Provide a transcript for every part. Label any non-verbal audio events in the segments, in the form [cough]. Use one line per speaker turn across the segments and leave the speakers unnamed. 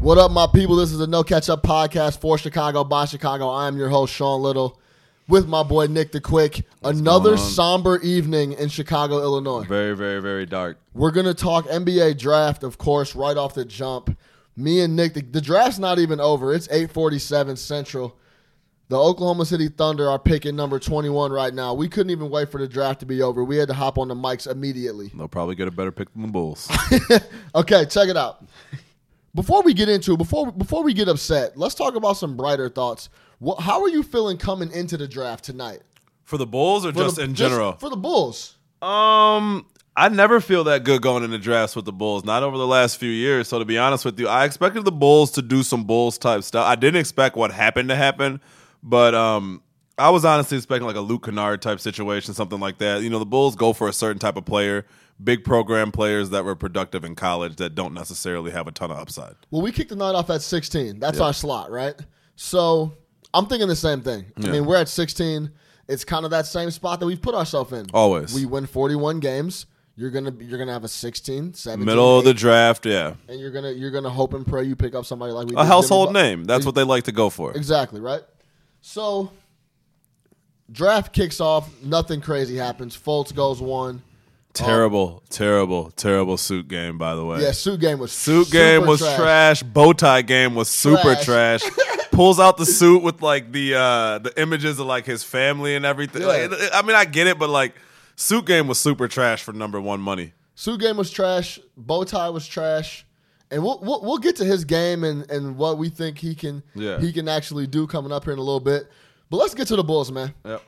What up, my people? This is the No Catch Up podcast for Chicago by Chicago. I am your host, Sean Little, with my boy Nick the Quick. Another
going on?
somber evening in Chicago, Illinois.
Very, very, very dark.
We're going to talk NBA draft, of course, right off the jump. Me and Nick, the, the draft's not even over. It's 847 Central. The Oklahoma City Thunder are picking number 21 right now. We couldn't even wait for the draft to be over. We had to hop on the mics immediately.
They'll probably get a better pick than the Bulls.
[laughs] Okay, check it out. Before we get into it, before before we get upset, let's talk about some brighter thoughts. What, how are you feeling coming into the draft tonight?
[laughs] for the Bulls or
For
just
the-
in general?
for the Bulls.
um, I never feel that good going into drafts with the Bulls, not over the last few years. So to be honest with you, I expected the Bulls to do some Bulls type stuff. I didn't expect what happened to happen, but um I was honestly expecting like a Luke Kennard type situation, something like that. You know, the Bulls go for a certain type of player, big program players that were productive in college that don't necessarily have a ton of upside.
Well, we kicked the night off at 16. That's our slot, right? So I'm thinking the same thing. I mean, we're at 16. It's kind of that same spot that we've put ourselves in.
Always.
we win 41 games. You're gonna be, you're gonna have a 16, 17,
Middle of the draft, yeah.
and you're gonna you're gonna hope and pray you pick up somebody like we
A
did
household
Jimmy Butler.
name. That's what they like to go for.
Exactly, right? So draft kicks off, nothing crazy happens. Fultz goes one. Oh.
Terrible, terrible, terrible suit game, by the way.
Yeah, suit game was
Suit game
super
was trash. Bow tie game was super
Trash.
trash.
[laughs]
Pulls out the suit with like the uh the images of like his family and everything. Like,
Yeah.
I mean, I get it, but like suit game was super trash for number one money.
Suit game was trash. Bow tie was trash. And we'll, we'll we'll get to his game and, and what we think he can
Yeah.
he can actually do coming up here in a little bit. But let's get to the Bulls, man.
Yep.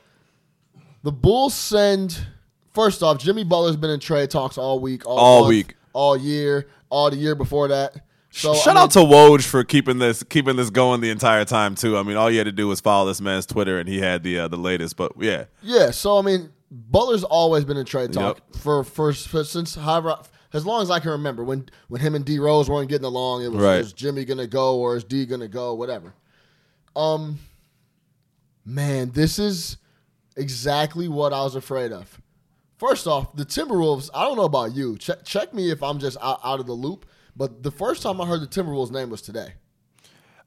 The Bulls send first off, Jimmy Butler's been in trade talks all week, all,
All
month,
week.
all year, all the year before that. So I
Shout
mean,
out to Woj for keeping this keeping this going the entire time too. I mean, all you had to do was follow this man's Twitter, and he had the uh, the latest. But yeah,
Yeah, so I mean, Butler's always been in trade talk
Yep.
for, for for since however as long as I can remember when when him and D Rose weren't getting along, it was
Right.
is Jimmy gonna go or is D gonna go, whatever. Um, man, this is exactly what I was afraid of. First off, the Timberwolves. I don't know about you. Check check me if I'm just out, out of the loop. But the first time I heard the Timberwolves name was today,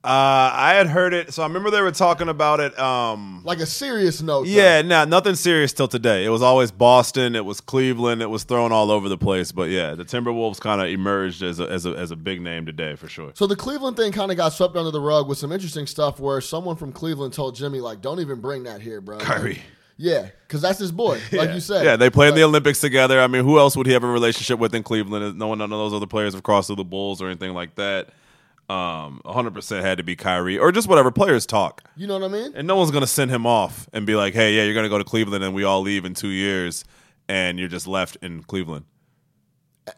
uh, I had heard it, so I remember they were talking about it. Um,
like a serious note. though.
Yeah, no, nothing serious till today. It was always Boston, it was Cleveland, it was thrown all over the place. But yeah, the Timberwolves kind of emerged as a, as a as a big name today for sure.
So the Cleveland thing kind of got swept under the rug with some interesting stuff where someone from Cleveland told Jimmy, like, don't even bring that here, bro. Like, yeah, because that's his boy, like you said.
[laughs] yeah, they play in the Olympics together. I mean, who else would he have a relationship with in Cleveland? No one, none of those other players have crossed through the Bulls or anything like that. Um, 100% had to be Kyrie or just whatever players talk.
You know what I mean?
And no one's gonna send him off and be like, "Hey, yeah, you're gonna go to Cleveland, and we all leave in two years, and you're just left in Cleveland."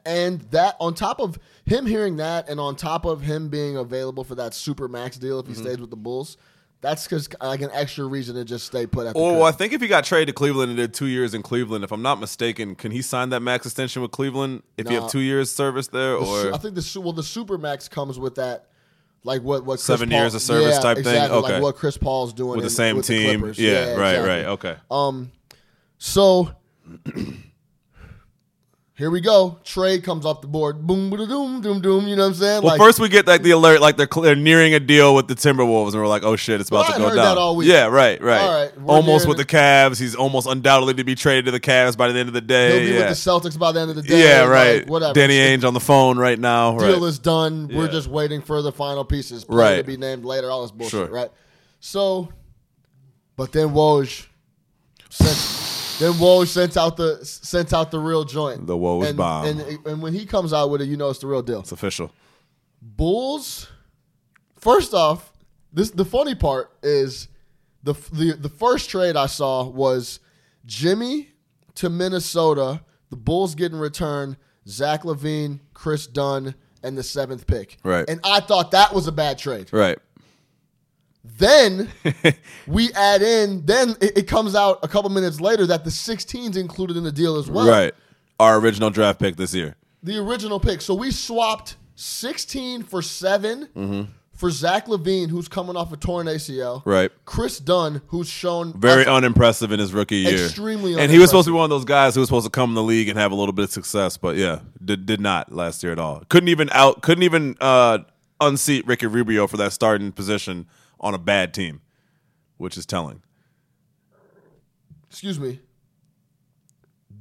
And that, on top of him hearing that and on top of him being available for that super max deal if he
Mm-hmm.
stays with the Bulls, that's because, like, an extra reason to just stay put at the
Or
crib.
well, I think if he got traded to Cleveland and did two years in Cleveland, if I'm not mistaken, can he sign that max extension with Cleveland if you
Nah.
have two years service there
The su-
or
I think the su- well the Supermax comes with that, like what what Chris
Seven
Paul-
years of service
yeah,
type thing?
exactly, Like
Okay.
what Chris Paul's doing
with the
in-
same
with
team?
Clippers.
yeah, right,
exactly.
right, okay.
Um, So [clears throat] here we go. Trade comes off the board. Boom, boom, doom, doom, doom. You know what I'm saying?
well, first we get like the alert, like they're, cl- they're nearing a deal with the Timberwolves, and we're like, oh shit, it's about
Well, I
to go
heard
down.
that all week.
Yeah, right, right.
All right, we're
almost
nearing
with
the-
the Cavs, he's almost undoubtedly to be traded to the Cavs by the end of the
he'll
day.
be
yeah,
with the Celtics by the end of the day.
yeah,
like,
right.
whatever.
Danny
The
Ainge on the phone right now.
Deal
right.
is done. We're
Yeah.
just waiting for the final pieces. Player to
Right.
be named later. All this bullshit.
Sure.
Right. So, but then Woj sent. Then Woj sent out the sent out the real joint.
The Woj
and,
bomb.
And and when he comes out with it, you know it's the real deal.
it's official.
Bulls. First off, this the funny part is the the the first trade I saw was Jimmy to Minnesota. The Bulls get in return Zach Levine, Chris Dunn, and the seventh pick.
Right.
and I thought that was a bad trade.
Right. [laughs]
Then we add in. Then it, it comes out a couple minutes later that the 16s included in the deal as well.
Right. Our original draft pick this year.
the original pick. So we swapped 16 for 7 for Zach Levine, who's coming off a torn ACL.
Mm-hmm. Right.
Chris Dunn, who's shown
Very
as-
unimpressive in his rookie year.
Extremely
And he was supposed to be one of those guys who was supposed to come in the league and have a little bit of success, but yeah, did, did not last year at all. Couldn't even out couldn't even uh unseat Ricky Rubio for that starting position on a bad team, which is telling.
Excuse me.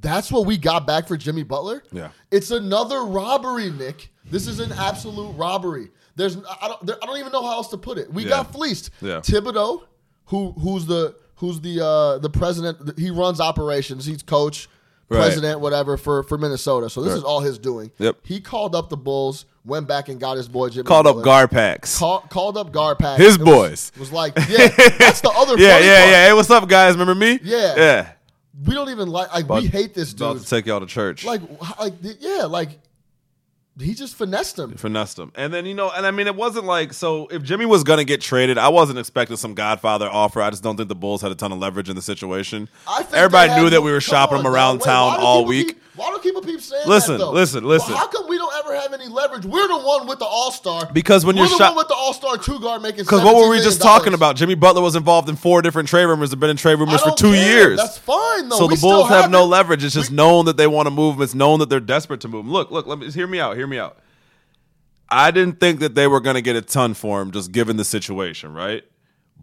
That's what we got back for Jimmy Butler.
Yeah.
It's another robbery, Nick. This is an absolute robbery. There's I don't there, I don't even know how else to put it. We
Yeah.
got fleeced.
Yeah.
Thibodeau, who who's the who's the uh, the president? He runs operations. He's coach,
Right.
president, whatever for for Minnesota. So this
Right.
is all his doing.
Yep.
He called up the Bulls, went back and got his boy Jimmy.
Called up
Butler.
Garpax.
Call, called up Garpack.
His
It was-
boys.
was, like, yeah, that's
[laughs]
the other.
yeah,
funny
yeah,
part.
yeah. Hey, what's up, guys? Remember me?
Yeah.
Yeah.
We don't even like. Like we hate this dude.
About to take y'all to church.
like wh- like yeah like he just finessed him
finessed him. And then you know, and I mean, it wasn't like so. If Jimmy was gonna get traded, I wasn't expecting some Godfather offer. I just don't think the Bulls had a ton of leverage in the situation.
I think
Everybody
they had
knew that
no-
we were
come
shopping
on,
him around
dog. Wait, why
town
do
all
people
week.
keep- why do people keep saying
Listen,
that? though?
listen,
Well,
listen.
how come we don't ever have any leverage? We're the one with the All Star.
Because when
we're
you're
the
shop-
one with the All Star two guard making.
Because what were we
$17
just
million?
talking about? Jimmy Butler was involved in four different trade rumors. Have been in trade
I
rumors for
don't
two
care.
years.
That's fine though.
so
We
the Bulls
still
have no
it.
leverage. It's just known that they want to move him. It's known that they're desperate to move him. Look, look, let me hear me out. Hear me out. I didn't think that they were going to get a ton for him, just given the situation, right?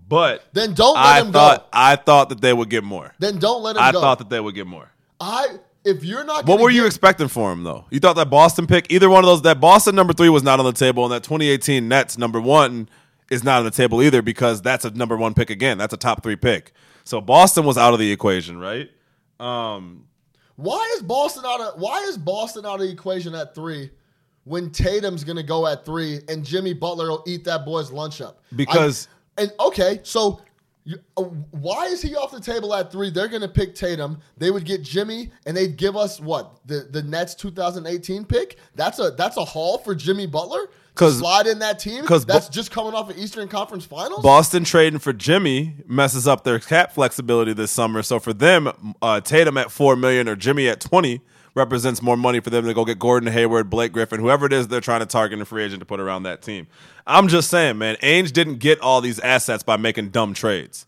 But
Then don't Oh, let
I
him
thought
go.
I thought that they would get more.
Then don't let him
I
go.
thought that they would get more.
I if you're not.
What
gonna
were
get-
you expecting for him though? You thought that Boston pick, either one of those, that Boston number three was not on the table, and that 2018 Nets number one is not on the table either because that's a number one pick again. That's a top three pick. So Boston was out of the equation, right? Um,
Why is Boston out of Why is Boston out of the equation at three? When Tatum's gonna go at three, and Jimmy Butler will eat that boy's lunch up
Because-
I- and okay, so you, uh, why is he off the table at three? They're gonna pick Tatum. They would get Jimmy, and they'd give us what the the Nets 2018 pick. That's a that's a haul for Jimmy Butler. Because
'Cause-
slide in that team.
'cause Bo-
that's just coming off of Eastern Conference Finals.
Boston trading for Jimmy messes up their cap flexibility this summer. So for them, uh, Tatum at four million or Jimmy at twenty represents more money for them to go get Gordon Hayward, Blake Griffin, whoever it is they're trying to target a free agent to put around that team. I'm just saying, man, Ainge didn't get all these assets by making dumb trades,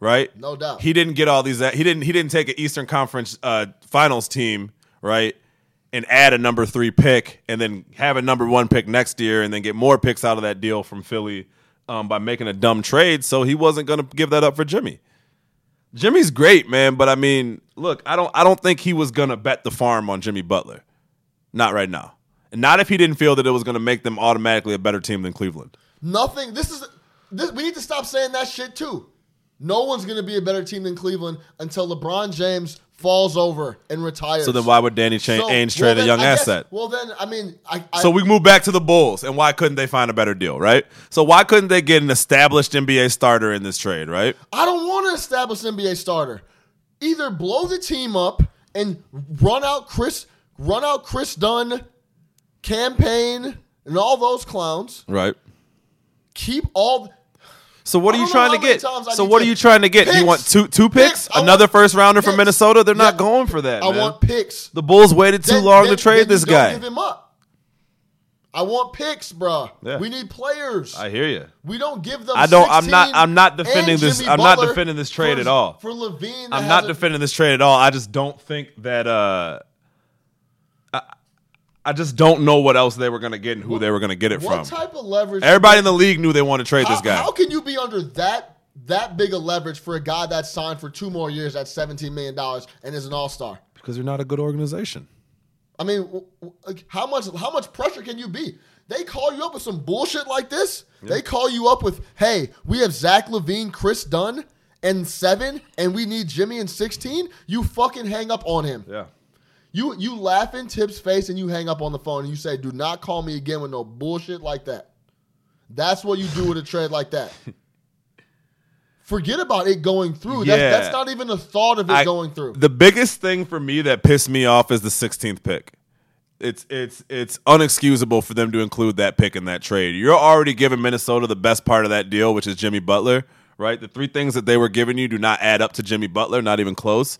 right?
No doubt.
He didn't get all these. He didn't. He didn't take an Eastern Conference uh, Finals team, right? And add a number three pick, and then have a number one pick next year, and then get more picks out of that deal from Philly um, by making a dumb trade. So he wasn't going to give that up for Jimmy. Jimmy's great, man, but I mean, look, I don't. I don't think he was going to bet the farm on Jimmy Butler. Not right now. And not if he didn't feel that it was going to make them automatically a better team than Cleveland.
Nothing. This is. This, we need to stop saying that shit too. No one's gonna be a better team than Cleveland until LeBron James falls over and retires.
So then, why would Danny Ch-
So,
Ainge
well,
trade
then
a young
I guess-
asset?
well, then I mean, I, I
So we move back to the Bulls, and why couldn't they find a better deal, right? So why couldn't they get an established NBA starter in this trade, right?
I don't want to establish NBA starter. Either blow the team up and run out Chris, run out Chris Dunn, campaign and all those clowns.
Right.
Keep all.
So what
I
are you
don't know
trying to
how many
get?
times I
So
need
what
to-
are you trying to get? Do you
Picks.
want two two picks?
Picks. I want
Another first rounder from
picks.
Minnesota? They're not
Yeah.
going for that.
I
man.
want picks.
the Bulls waited too
Then-
long
then-
to trade
then you
this
don't
guy.
Give him up. I want picks, bruh.
Yeah.
We need players.
I hear you.
we don't give them.
I don't- I'm not-
16
I'm not
and
defending this-
Jimmy
I'm not
Butler
defending this trade
for-
at all.
For Levine, that
I'm not
hasn't-
defending this trade at all. I just don't think that. uh I, I just don't know what else they were going to get and who they were going to get it
What
from.
type of leverage?
Everybody in the league knew they wanted to trade
how,
this guy.
How can you be under that that big of leverage for a guy that's signed for two more years at 17 million dollars and is an all star?
because you're not a good organization.
I mean, w- w- like, how much how much pressure can you be? They call you up with some bullshit like this. They call you up with, "Hey, we have Zach Levine, Chris Dunn, and seven, and we need Jimmy and 16. You fucking hang up on him.
Yeah.
You you laugh in Tip's face and you hang up on the phone and you say, "Do not call me again with no bullshit like that." That's what you do with a trade like
[laughs]
that. Forget about it going through.
Yeah.
That's, that's not even a thought of it
I-
going through.
The biggest thing for me that pissed me off is the 16th pick. It's it's it's unexcusable for them to include that pick in that trade. You're already giving Minnesota the best part of that deal, which is Jimmy Butler, right? The three things that they were giving you do not add up to Jimmy Butler, not even close.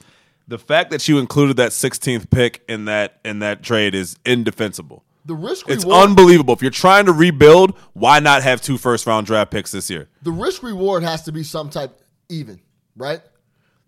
The fact that you included that 16th pick in that in that trade is indefensible.
The risk
It's
reward.
unbelievable. If you're trying to rebuild, why not have two first round draft picks this year?
the risk reward has to be some type even, right?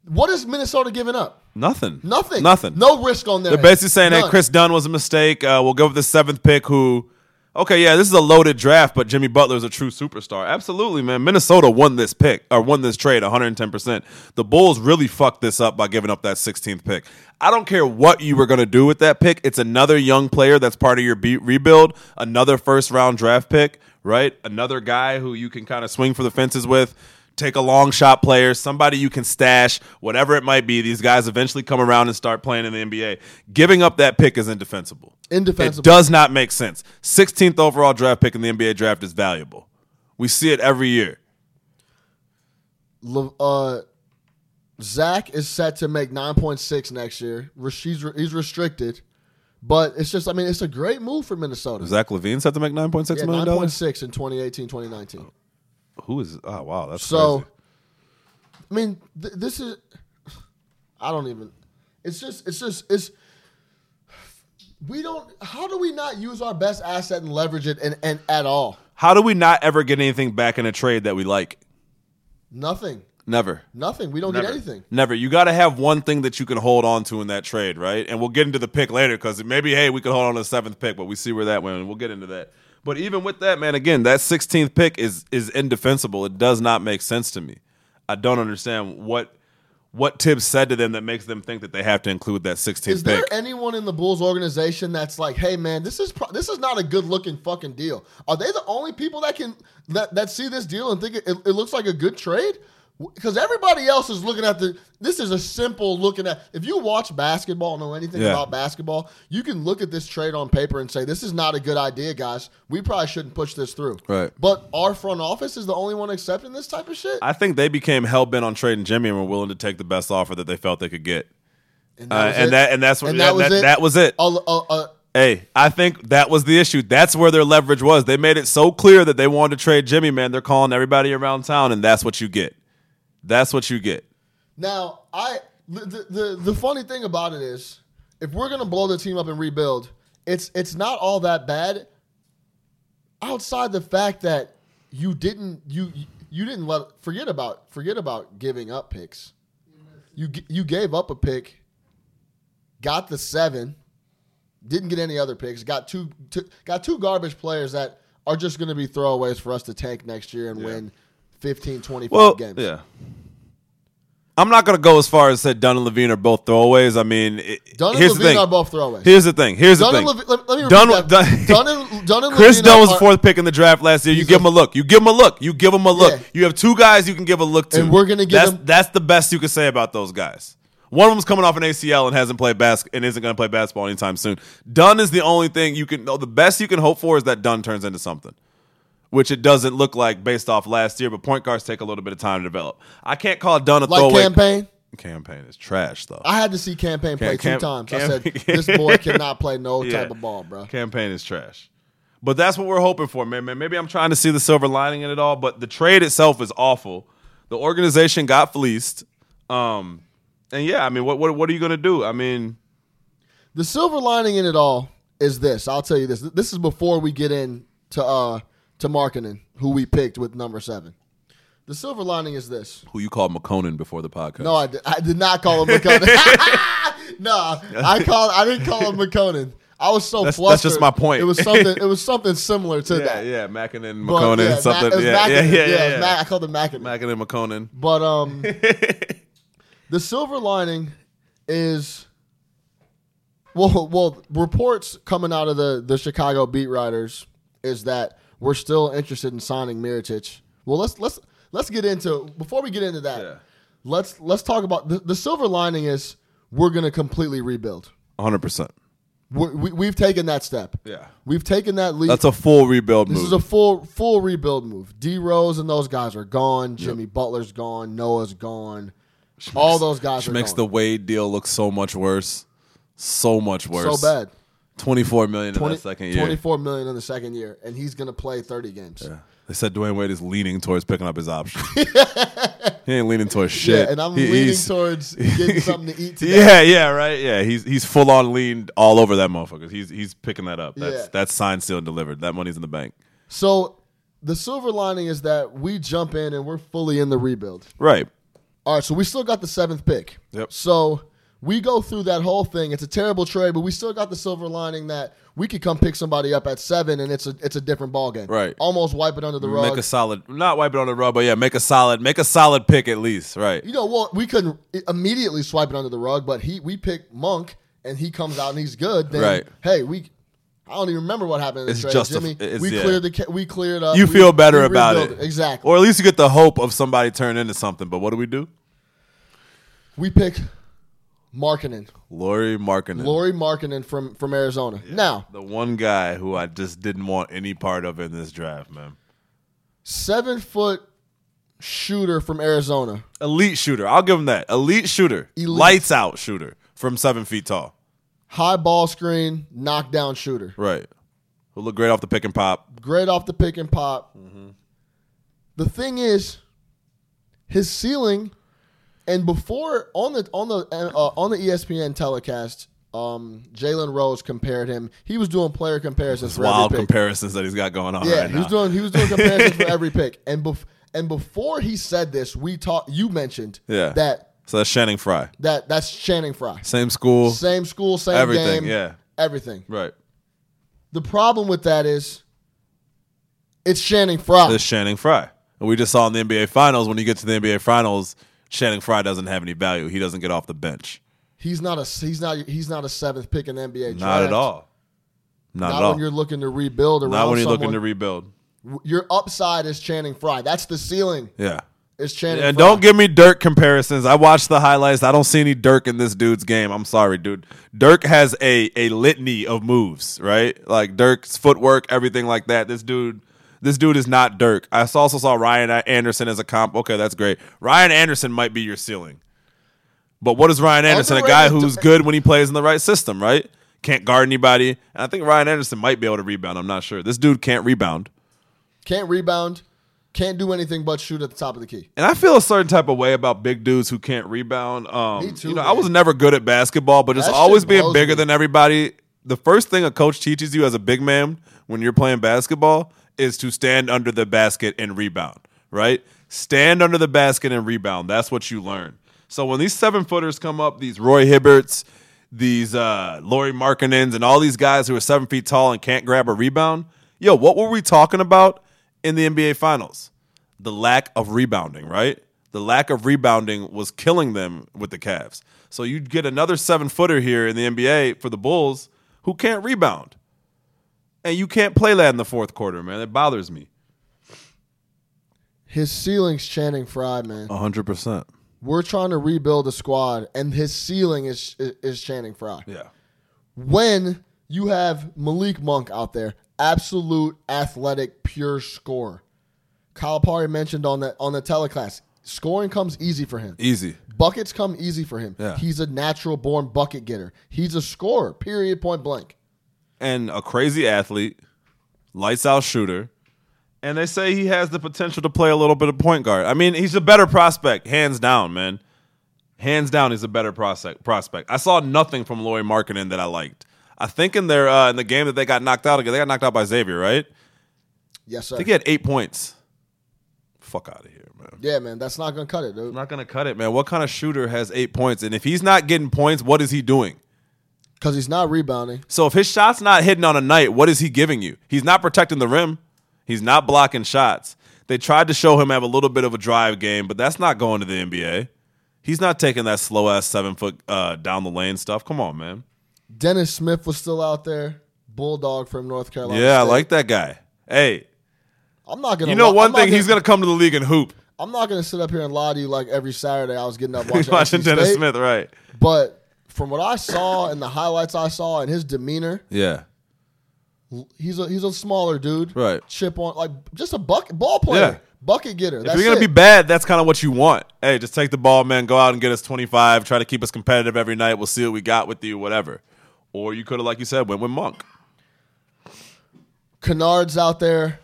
What is Minnesota giving up?
Nothing.
Nothing.
Nothing.
No risk on there.
They're basically saying
None.
that Chris Dunn was a mistake. Uh, we'll go with the seventh pick, who okay, yeah, this is a loaded draft, but Jimmy Butler's a true superstar. Absolutely, man. Minnesota won this pick or won this trade 110%. The Bulls really fucked this up by giving up that 16th pick. I don't care what you were going to do with that pick. It's another young player that's part of your be- rebuild, another first round draft pick, right? Another guy who you can kind of swing for the fences with. Take a long shot player, somebody you can stash, whatever it might be. These guys eventually come around and start playing in the NBA. Giving up that pick is indefensible. It
Indefensible.
does not make sense. 16th overall draft pick in the NBA draft is valuable. We see it every year.
Le- uh, Zach is set to make nine point six next year. Res- He's, re- he's restricted, but it's just I mean it's a great move for Minnesota.
Zach Levine's had to make nine point six
yeah,
million
nine point
dollars.
six in 2018, 2019.
Who is? Oh wow, that's
So,
crazy.
I mean, th- this is. I don't even. It's just. It's just. It's. We don't. How do we not use our best asset and leverage it and, and at all?
How do we not ever get anything back in a trade that we like?
Nothing.
Never.
Nothing. We don't
Never.
get anything.
Never. You got to have one thing that you can hold on to in that trade, right? And we'll get into the pick later because maybe, hey, we could hold on to the seventh pick, but we see where that went. And we'll get into that. But even with that, man, again, that 16th pick is is indefensible. It does not make sense to me. I don't understand what what Tibbs said to them that makes them think that they have to include that 16th
Is
pick.
there anyone in the Bulls organization that's like, hey man, this is pro- this is not a good looking fucking deal? Are they the only people that can that, that see this deal and think it, it, it looks like a good trade? Because everybody else is looking at the. This is a simple looking at. If you watch basketball, know anything
Yeah.
about basketball, you can look at this trade on paper and say, "This is not a good idea, guys. We probably shouldn't push this through."
Right.
But our front office is the only one accepting this type of shit.
I think they became hell bent on trading Jimmy and were willing to take the best offer that they felt they could get.
and
Uh,
was
and
it.
that and that's what
And
that, that, that was it.
A- a- a-
Hey, I think that was the issue. That's where their leverage was. They made it so clear that they wanted to trade Jimmy, man. They're calling everybody around town, and that's what you get. That's what you get.
Now, I the, the the the funny thing about it is, if we're gonna blow the team up and rebuild, it's it's not all that bad. Outside the fact that you didn't you you didn't let forget about forget about giving up picks. You g- you gave up a pick, got the seven, didn't get any other picks. Got two, two got two garbage players that are just going to be throwaways for us to tank next year and win 15, 25
Well,
games.
yeah. I'm not gonna go as far as said Dunn and Levine are both throwaways. I mean, it,
Dunn and
here's
Levine
the
are
thing.
both throwaways.
Here's the thing. Here's
Dunn
the
and
thing.
Levine. Let, let me repeat that.
Dunn- Dunn-
Dunn
[laughs]
and, Dunn and
Chris
Levine
Dunn was
are-
the fourth pick in the draft last year. You
He's
give
a-
him a look. You give him a look. You give him a look.
Yeah.
You have two guys you can give a look to.
And we're gonna give
that's,
him-
That's the best you can say about those guys. One of them's coming off an ACL and hasn't played bas- and isn't going to play basketball anytime soon. Dunn is the only thing you can. No, the best you can hope for is that Dunn turns into something, which it doesn't look like based off last year. But point guards take a little bit of time to develop. I can't call Dunn a
like
throwaway.
campaign.
campaign is trash though.
I had to see campaign play
Cam-
two times. I
Cam-
said
[laughs]
this boy cannot play no type of ball, bro.
Campaign is trash. But that's what we're hoping for, man. man. Maybe I'm trying to see the silver lining in it all, but the trade itself is awful. The organization got fleeced. Um, and yeah, I mean, what what what are you gonna do? I mean,
The silver lining in it all is this. I'll tell you this. This is before we get in to uh to Markkinen, who we picked with number seven. The silver lining is this.
who you called McConan before the podcast?
No, I did, I did not call him [laughs] McConan. no, I called. I didn't call him McConan. I was so
That's- that's
flustered.
just my point.
It was
[laughs]
something. It was something similar to
yeah,
that.
yeah, Mackinnon,
But,
McConan,
yeah,
something.
Mac- it was
yeah, yeah, yeah,
Mackinnon.
yeah,
it was Mac- I called him Mackinnon.
Mackinnon, McConan.
But
[laughs]
um, the silver lining is well, well, reports coming out of the the Chicago beat writers is that we're still interested in signing Miritich. Well, let's let's let's get into before we get into that.
Yeah.
Let's let's talk about the, the silver lining is we're going to completely rebuild.
100. percent
We're, we we've taken that step.
Yeah,
We've taken that leap.
that's a full rebuild
This
move.
is a full full rebuild move. D Rose and those guys are gone. Jimmy Butler's gone. Noah's gone. All those guys
which
are
makes the
gone.
Wade deal look so much worse, so much worse.
so bad.
24 million
20,
in that second year.
24 million in the second year, and he's going to play 30 games. Yeah,
They said Dwayne Wade is leaning towards picking up his option.
[laughs]
he ain't leaning towards shit.
and I'm
He-
leaning
he's- [laughs]
towards getting something to eat today.
Yeah, yeah, right. Yeah, he's he's full on leaned all over that motherfucker. He's he's picking that up. That's
Yeah.
that's signed, sealed, and delivered. That money's in the bank.
So the silver lining is that we jump in and we're fully in the rebuild.
Right.
All right, so we still got the seventh pick.
Yep.
So we go through that whole thing. It's a terrible trade, but we still got the silver lining that we could come pick somebody up at seven, and it's a it's a different ball game.
Right.
Almost wipe it under the rug.
Make a solid, not wipe it on the rug, but yeah, make a solid, make a solid pick at least, right?
you know, well, we couldn't i- immediately swipe it under the rug, but he we picked Monk, and he comes out and he's good. Then,
Right.
Hey, we. I don't even remember what happened in the
It's
trade.
just a-
Jimmy,
it's-
we
yeah.
cleared the ca- we cleared up.
You
we-
feel better
we
about
rebuilt
it,
Exactly.
Or at least you get the hope of somebody turning into something. But what do we do?
we pick Markinen,
Lori Markkinen,
Lori Markinen from from Arizona. Now,
the one guy who I just didn't want any part of in this draft, man.
seven foot shooter from Arizona.
Elite shooter, I'll give him that. Elite shooter,
Elite.
lights out shooter from seven feet tall,
high ball screen, knockdown shooter.
right? Who looked great off the pick and pop.
Great off the pick and pop. The thing is, his ceiling, and before on the on the uh, on the ESPN telecast, um, Jalen Rose compared him. He was doing player comparisons for
Wild
every pick.
comparisons that he's got going on
yeah,
right
he was
now.
doing he was
[laughs]
doing comparisons for every pick. And bef- and before he said this, we talked. You mentioned
Yeah.
that
so that's Shannon Fry,
that that's Channing Frye.
same school,
Same school, same
everything.
game,
Yeah,
everything.
right.
The problem with that is it's Channing Frye.
is Channing Frye. And we just saw in the NBA Finals, when you get to the NBA Finals, Channing Frye doesn't have any value. He doesn't get off the bench.
He's not a he's not he's not a seventh pick in the NBA. Draft.
Not at all. Not,
Not,
at all.
when you're looking to rebuild around
Not when you're
someone.
looking to rebuild.
Your upside is Channing Frye. That's the ceiling.
Yeah.
Is Channing
And
Frye.
don't give me Dirk comparisons. I watched the highlights. I don't see any Dirk in this dude's game. I'm sorry, dude. Dirk has a a litany of moves, right? Like Dirk's footwork, everything like that. This dude, this dude is not Dirk. I also saw Ryan Anderson as a comp. Okay, that's great. Ryan Anderson might be your ceiling, but what is Ryan Anderson? A guy
Underrated
who's
to-
good when he plays in the right system, right? Can't guard anybody. And I think Ryan Anderson might be able to rebound. I'm not sure. This dude can't rebound.
can't rebound, can't do anything but shoot at the top of the key.
And I feel a certain type of way about big dudes who can't rebound. Um,
Me too,
you know,
man.
I was never good at basketball, but just
That shit
always being
blows
bigger
me.
than everybody. The first thing a coach teaches you as a big man when you're playing basketball is to stand under the basket and rebound, right? Stand under the basket and rebound. That's what you learn. So when these seven footers come up, these Roy Hibberts, these uh, Lori Markkinens, and all these guys who are seven feet tall and can't grab a rebound, yo, what were we talking about in the NBA Finals? the lack of rebounding, right? The lack of rebounding was killing them with the Cavs. So you get another seven footer here in the NBA for the Bulls who can't rebound. And you can't play that in the fourth quarter, man. It bothers me.
His ceiling's Channing Frye, man.
Oh. 100%.
We're trying to rebuild a squad, and his ceiling is is, is Channing Frye.
Yeah.
When you have Malik Monk out there, absolute athletic, pure scorer. Kyle Parry mentioned on the on the teleclass, scoring comes easy for him.
Easy.
Buckets come easy for him.
Yeah.
He's a natural born bucket getter. He's a scorer, period, point blank.
And a crazy athlete, lights out shooter. And they say he has the potential to play a little bit of point guard. I mean, he's a better prospect, hands down, man. hands down, he's a better prospect. Prospect. I saw nothing from Laurie Markkinen that I liked. I think in their uh, in the game that they got knocked out again, they got knocked out by Xavier, right?
Yes,
I
sir.
think he had eight points. Fuck out of here, man.
yeah, man, that's not going to cut it,
I'm
dude.
not gonna cut it, man. What kind of shooter has eight points? And if he's not getting points, what is he doing?
Because he's not rebounding.
So if his shot's not hitting on a night, what is he giving you? He's not protecting the rim. He's not blocking shots. They tried to show him have a little bit of a drive game, but that's not going to the NBA. He's not taking that slow ass seven foot uh, down the lane stuff. Come on, man.
Dennis Smith was still out there. Bulldog from North Carolina.
Yeah, I
State.
like that guy. Hey,
I'm not gonna.
you know
li-
one
I'm not
thing,
gonna-
he's gonna come to the league and hoop.
I'm not gonna sit up here and lie to you like every Saturday I was getting
[laughs]
up
He's
watching,
watching
NC
Dennis
State,
Smith, right?
But from what I saw and the highlights I saw and his demeanor,
Yeah,
he's a he's a smaller dude.
Right.
Chip on like just a bucket ball player,
Yeah.
bucket getter.
if
That's
you're gonna
it.
be bad, that's kind of what you want. Hey, just take the ball, man. Go out and get us 25. Try to keep us competitive every night. We'll see what we got with you, whatever. Or you could have, like you said, went with Monk.
Kennard's out there.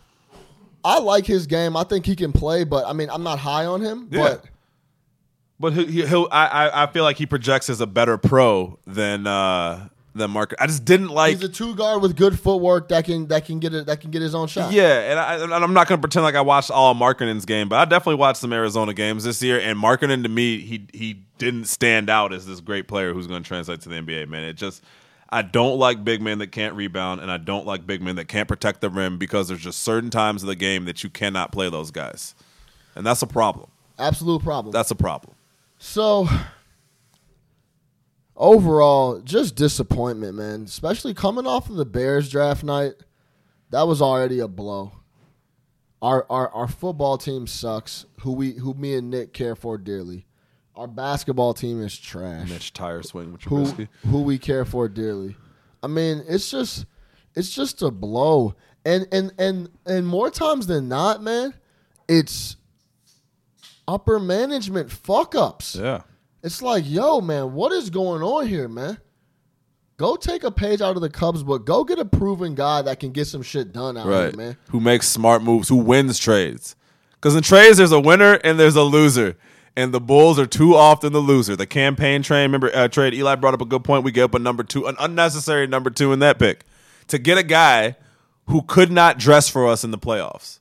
I like his game. I think he can play, but I mean, I'm not high on him.
Yeah.
But
But he, he, he'll. I, I I feel like he projects as a better pro than uh, than Mark. I just didn't like.
He's a two guard with good footwork that can that can get it that can get his own shot.
Yeah, and, I, and I'm not going to pretend like I watched all Markkinen's game, but I definitely watched some Arizona games this year. And Markkinen to me, he he didn't stand out as this great player who's going to translate to the NBA. Man, it just I don't like big men that can't rebound, and I don't like big men that can't protect the rim because there's just certain times of the game that you cannot play those guys, and that's a problem.
absolute problem.
That's a problem.
So overall, just disappointment, man. Especially coming off of the Bears draft night, that was already a blow. Our our our football team sucks. Who we who me and Nick care for dearly. Our basketball team is trash.
Mitch tire swing with
who
Trubisky.
who we care for dearly. I mean, it's just it's just a blow. And and and and more times than not, man, it's upper management fuck ups.
Yeah,
It's like, yo, man, what is going on here, man? Go take a page out of the Cubs book. Go get a proven guy that can get some shit done out
right.
here, man.
Who makes smart moves? Who wins trades? Because in trades, there's a winner and there's a loser. And the Bulls are too often the loser. The campaign train, remember uh, trade. Eli brought up a good point. We gave up a number two, an unnecessary number two in that pick, to get a guy who could not dress for us in the playoffs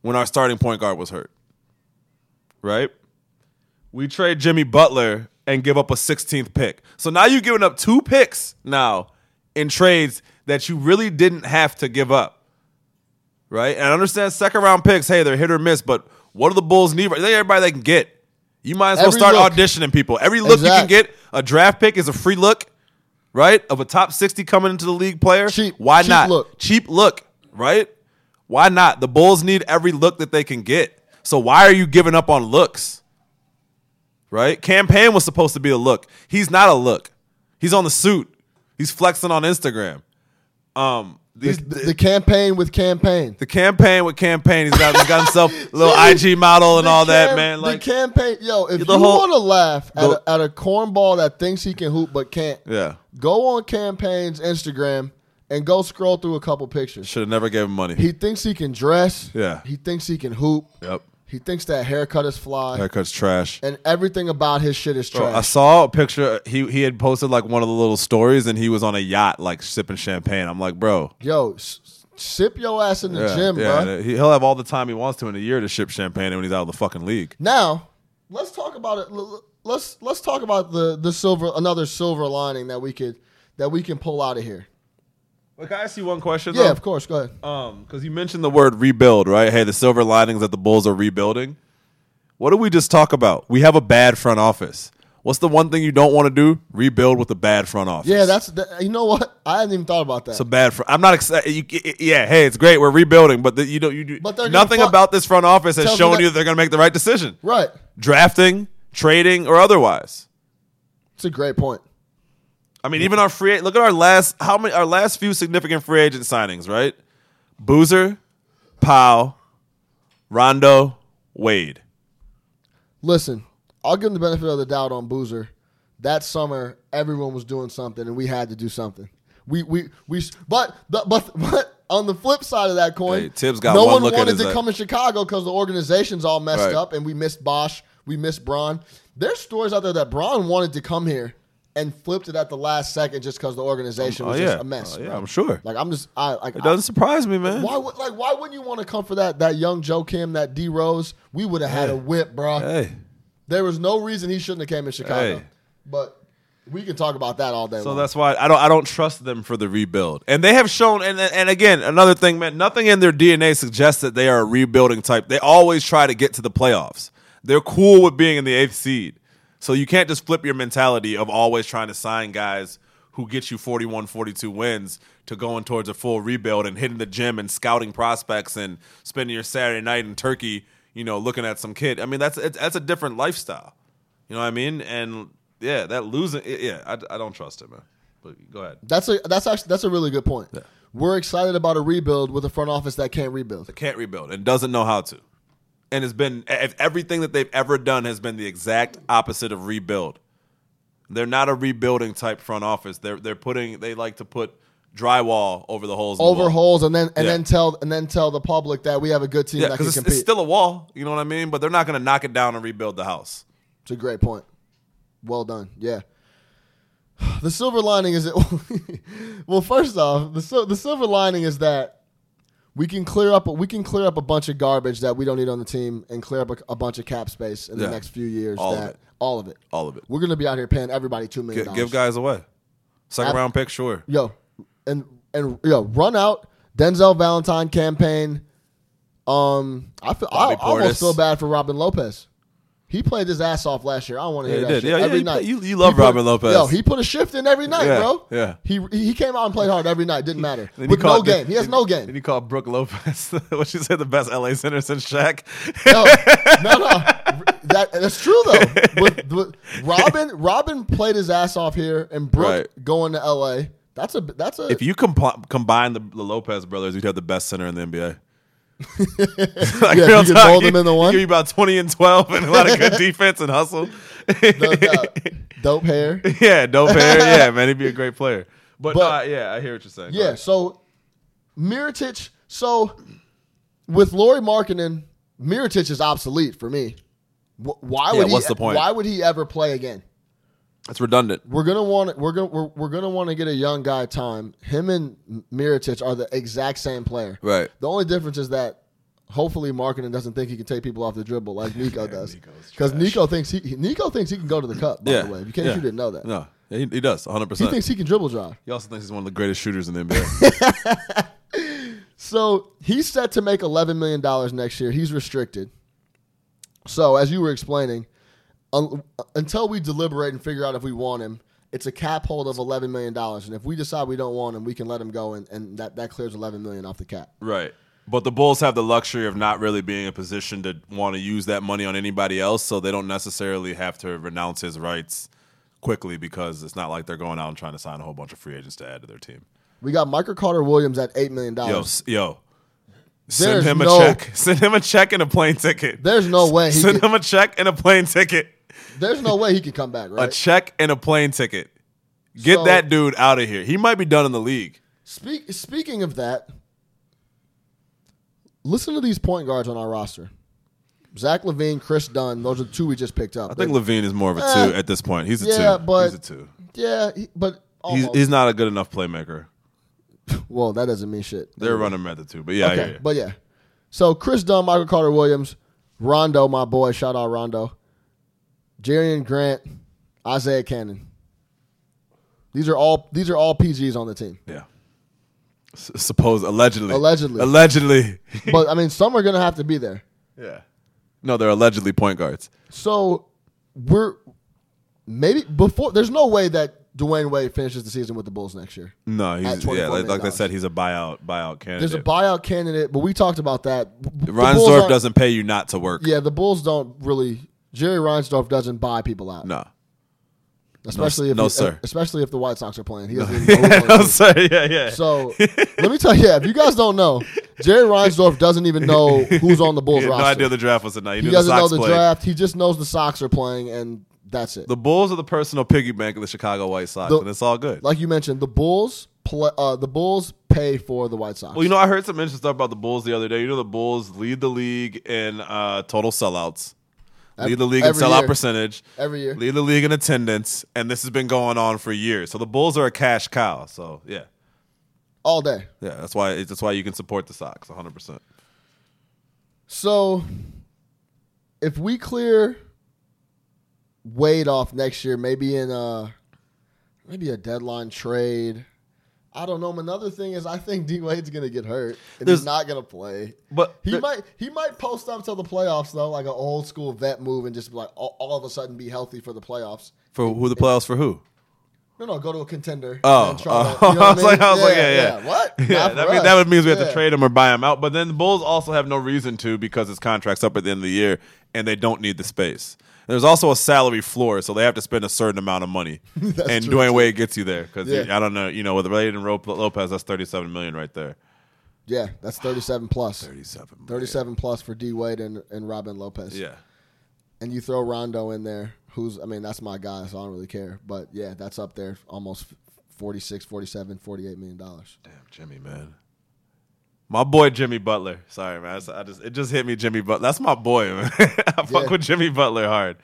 when our starting point guard was hurt. Right? We trade Jimmy Butler and give up a 16th pick. So now you're giving up two picks now in trades that you really didn't have to give up right? And I understand second round picks, hey, they're hit or miss, but what do the Bulls need? They need everybody they can get. You might as well
Every
start
look.
auditioning people. Every look you can
Exact.
get, a draft pick is a free look, right? Of a top 60 coming into the league player.
Cheap-
Why
cheap
not?
look.
Cheap look, right? Why not? The Bulls need every look that they can get. So why are you giving up on looks? Right? Campaign was supposed to be a look. He's not a look. He's on the suit. He's flexing on Instagram. Um
The,
these,
the campaign with campaign.
the campaign with campaign, he's got, he's got himself
[laughs]
a little IG model and
The
all that,
cam-
man. Like,
the campaign, yo, if you
the whole-
want to laugh at,
the-
a, at a cornball that thinks he can hoop but can't,
yeah,
go on campaign's Instagram and go scroll through a couple pictures.
should have never gave him money.
He thinks he can dress.
Yeah.
He thinks he can hoop.
yep,
He thinks that haircut is fly,
haircut's trash.
and everything about his shit is
Bro, I
trash.
saw a picture. He he had posted like one of the little stories, and he was on a yacht, like sipping champagne. I'm like, bro,
yo, s- sip your ass in the
yeah,
gym,
yeah,
bruh.
He, will have all the time he wants to in a year to ship champagne when he's out of the fucking league.
Now, let's talk about it. l- l- Let's let's talk about the the silver another silver lining that we could that we can pull out of here.
Like, can I ask you one question?
Yeah, of course. Go ahead.
Um, because you mentioned the word rebuild, right? Hey, the silver linings that the Bulls are rebuilding. What did we just talk about? We have a bad front office. What's the one thing you don't want to do? Rebuild with a bad front office.
Yeah, that's that, you know what I hadn't even thought about that.
it's a bad front. I'm not excited. You, it- it- yeah, hey, it's great. We're rebuilding, but the, you don't. You do
But they're gonna
nothing
fuck-
about this front office has
Tells me
shown
that-
you that they're going to make the right decision,
right,
drafting, trading, or otherwise.
it's a great point.
I mean, even our free look at our last how many our last few significant free agent signings, right? Boozer, Powell, Rondo, Wade.
Listen, I'll give him the benefit of the doubt on Boozer. That summer, everyone was doing something, and we had to do something. We we we. s- But the, but [laughs] but on the flip side of that coin,
Hey, Tibbs got
no
one
one
look at
wanted
his
to
leg.
come in Chicago because the organization's all messed
Right.
up, and we missed Bosch, we missed Braun. There's stories out there that Braun wanted to come here and flipped it at the last second just because the organization was just a mess.
Oh, yeah,
bro.
I'm sure.
Like I'm just I like
It doesn't surprise me, man.
why would like why wouldn't you want to come for that that young Joe Kim that D Rose? We would have had a whip, bro.
Hey,
There was no reason he shouldn't have came in Chicago.
Hey.
But we can talk about that all day.
so
long.
that's why I don't I don't trust them for the rebuild. And they have shown and and again, another thing, man, nothing in their DNA suggests that they are a rebuilding type. They always try to get to the playoffs. They're cool with being in the 8th seed. So you can't just flip your mentality of always trying to sign guys who get you 41 42 wins to going towards a full rebuild and hitting the gym and scouting prospects and spending your Saturday night in Turkey, you know, looking at some kid. I mean, that's it's, that's a different lifestyle. You know what I mean? And yeah, that losing, it- yeah, I, I don't trust it, man. But go ahead.
that's a that's actually that's a really good point. We're excited about a rebuild with a front office that can't rebuild.
Can't rebuild and doesn't know how to. And it's been e, if everything that they've ever done has been the exact opposite of rebuild. They're not a rebuilding type front office. They're they're putting they like to put drywall over the holes. in the wall.
Over holes and then and
Yeah.
then tell and then tell the public that we have a good team
yeah,
that
because
can
it's,
compete.
it's still a wall. You know what I mean? But they're not going to knock it down and rebuild the house.
it's a great point. Well done. Yeah. [sighs] the silver lining is that [laughs] well first off the, sil- the silver lining is that we can clear up we can clear up a bunch of garbage that we don't need on the team and clear up a, a bunch of cap space in
Yeah.
the next few years
All of
that
it.
all of it
All of it.
we're gonna be out here paying everybody two million
G-
dollars
give guys away. Second
Ab-
round pick, sure.
yo and and yo run out Denzel Valentine campaign um I feel I, I
Bobby Portis.
almost feel bad for Robin Lopez he played his ass off last year I don't want to
Yeah,
hear
he
that
did.
shit
Yeah, yeah,
every
you
night
play- you- you love
He put-
Robin Lopez.
yo he put a shift in every night
Yeah,
bro
yeah.
he he came out and played hard every night didn't matter
Then he
with no
called-
game he has
then-
no
Then
game
he called Brooke Lopez, [laughs] what she said, the best LA center since Shaq. [laughs]
no, no, no. That, that's true though. With, with Robin, Robin played his ass off here, and Brooke
Right.
going to L.A. That's a that's a
if you compl- combine the, the Lopez brothers, you'd have the best center in the
[laughs]
NBA. like
Yeah, if
real
you could
talk,
mold them into
he'd
one.
Give you about twenty and twelve, and a lot
[laughs]
of good defense and hustle.
no doubt. dope hair.
[laughs] yeah, dope hair. Yeah, man, he'd be a great player. But,
But-
no, I- yeah, I hear what you're saying. Go
Yeah.
ahead.
So Miritich. So with Lori Markkinen, Miritich is obsolete for me. Wh- Why would
Yeah,
he,
what's the point?
Why would he ever play again?
it's redundant.
We're gonna want we're gonna we're, we're gonna want to get a young guy time. Him and Miritich are the exact same player.
Right.
The only difference is that hopefully marketing doesn't think he can take people off the dribble
[laughs]
like Nico does.
Nico's
Because Nico thinks he Nico thinks he can go to the cup. By
yeah.
the way, you can't
yeah.
if you didn't know that.
No, he, he does 100.
He
percent
thinks he can dribble drive.
He also thinks he's one of the greatest shooters in the NBA.
So he's set to make eleven million dollars next year. He's restricted. So as you were explaining, un- until we deliberate and figure out if we want him, it's a cap hold of eleven million dollars. And if we decide we don't want him, we can let him go, and, and that that clears eleven million off the cap.
right. But the Bulls have the luxury of not really being in a position to want to use that money on anybody else, so they don't necessarily have to renounce his rights quickly because it's not like they're going out and trying to sign a whole bunch of free agents to add to their team.
We got Michael Carter Williams at eight million
Yo,
dollars.
s- yo. Send
There's
him a
no-
check. [laughs] Send him a check and a plane ticket.
There's no way he
Send
can,
him a check and a plane ticket.
there's no way he can come back,
[laughs] A
right?
check and a plane ticket. Get
So-
that dude out of here. He might be done in the league.
Speak, speaking of that, listen to these point guards on our roster. Zach Levine, Chris Dunn, those are the two we just picked up.
I think Levine is more of a
Eh.
two at this point. He's a
Yeah,
two.
but-
he's a two.
yeah, he- but
He's,
almost.
he's not a good enough playmaker.
well, that doesn't mean shit.
They're running him at the two, but yeah, I hear
Okay,
you.
but yeah. So Chris Dunn, Michael Carter Williams, Rondo, my boy, shout out Rondo, Jarian Grant, Isaiah Cannon. These are all these are all PGs on the
[laughs]
team.
yeah. S- suppose allegedly,
Allegedly.
allegedly. [laughs]
But I mean, some are gonna have to be there.
yeah. No, they're allegedly point guards.
So we're maybe before. There's no way that Dwayne Wade finishes the season with the Bulls next year.
No, he's
$24
yeah. Like, like I
million.
said, he's a buyout buyout candidate.
There's a buyout candidate, but we talked about that. B- the Bulls
Reinsdorf
aren't-
doesn't pay you not to work.
Yeah, the Bulls don't really. Jerry Reinsdorf doesn't buy people out,
No.
especially if
no,
he- e,
sir.
especially if the White Sox are playing.
[laughs]
He doesn't even know who's playing.
sorry. Yeah, yeah.
So let me tell you, yeah, if you guys don't know, Jerry Reinsdorf doesn't even know who's on the
[laughs] he
Bulls
had no
roster.
idea the draft was tonight. He,
he
knew the
doesn't know
Sox
the
played.
draft. He just knows the Sox are playing, and that's it.
The Bulls are the personal piggy bank of the Chicago White Sox,
The-
and it's all good.
like you mentioned, the Bulls play, uh, the Bulls pay for the White Sox.
well, you know, I heard some interesting stuff about the Bulls the other day. You know, the Bulls lead the league in uh, total sellouts, lead the league in
every
sellout
year.
percentage,
every year.
lead the league in attendance, and this has been going on for years. So the Bulls are a cash cow. So yeah,
All day.
yeah, that's why that's why you can support the Sox 100. percent
So if we clear Wade off next year, maybe in a maybe a deadline trade. I don't know. Another thing is I think D Wade's gonna get hurt and
There's-
he's not gonna play.
But
He
there-
might he might post up till the playoffs though, like an old school vet move and just be like all, all of a sudden be healthy for the playoffs.
for who the playoffs for who?
No, no, go to a contender.
Oh,
and try to-
oh.
you know what
[laughs] I was like, I was like, yeah, yeah.
What?
[laughs] Yeah,
Not
that,
for
mean,
us.
that would means we have to
Yeah.
trade him or buy him out. But then the Bulls also have no reason to because his contract's up at the end of the year and they don't need the space. And there's also a salary floor, so they have to spend a certain amount of
[laughs]
money. and
true,
Dwayne Wade gets you there because
Yeah.
I don't know, you know, with Ray and Ro- Lopez, that's 37 million right there.
Yeah, that's thirty-seven plus.
37. million.
37 plus for D Wade and, and Robin Lopez.
Yeah.
And you throw Rondo in there, who's, I mean, that's my guy, so I don't really care. But yeah, that's up there almost 46, 47, 48 million dollars.
Damn, Jimmy, man. My boy Jimmy Butler. Sorry, man. [laughs] I just- I just it just hit me, Jimmy Butler. That's my boy. Man. I fuck
Yeah.
with Jimmy Butler hard.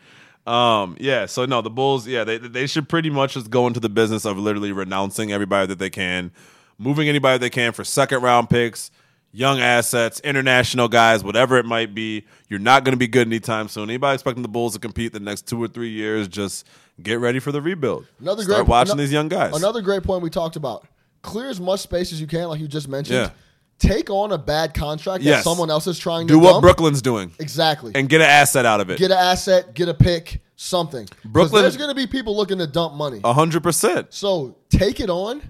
Um, yeah, so no, the Bulls, yeah, they they should pretty much just go into the business of literally renouncing everybody that they can, moving anybody they can for second round picks, young assets, international guys, whatever it might be. You're not going to be good anytime soon. Anybody expecting the Bulls to compete the next two or three years, just get ready for the rebuild.
Another
Start
great-
watching
ano-
these young guys.
Another great point we talked about. Clear as much space as you can, like you just mentioned.
Yeah.
Take on a bad contract that
Yes.
someone else is trying
Do
to
what
dump.
Brooklyn's doing
exactly.
and get an asset out of it.
get an asset, get a pick, something. 'Cause
Brooklyn- Oh.
There's going to be people looking to dump money.
A hundred percent.
so take it on,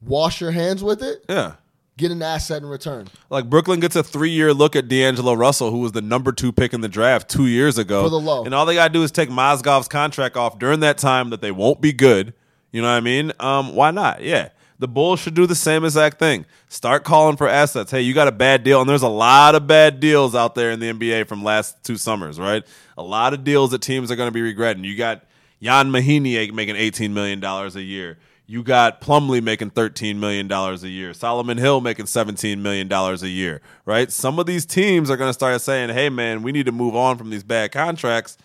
wash your hands with it,
Yeah.
get an asset in return
Like Brooklyn gets a three-year look at D'Angelo Russell, who was the number two pick in the draft two years ago,
For the low.
and all they gotta do is take Mozgov's contract off during that time that they won't be good. You know what I mean? Um, why not? Yeah, the Bulls should do the same exact thing. Start calling for assets. Hey, you got a bad deal, and there's a lot of bad deals out there in the NBA from last two summers, right? A lot of deals that teams are going to be regretting. You got Jan Mahiniak making $18 million a year. You got Plumlee making $13 million a year. Solomon Hill making $17 million a year, right? Some of these teams are going to start saying, hey, man, we need to move on from these bad contracts.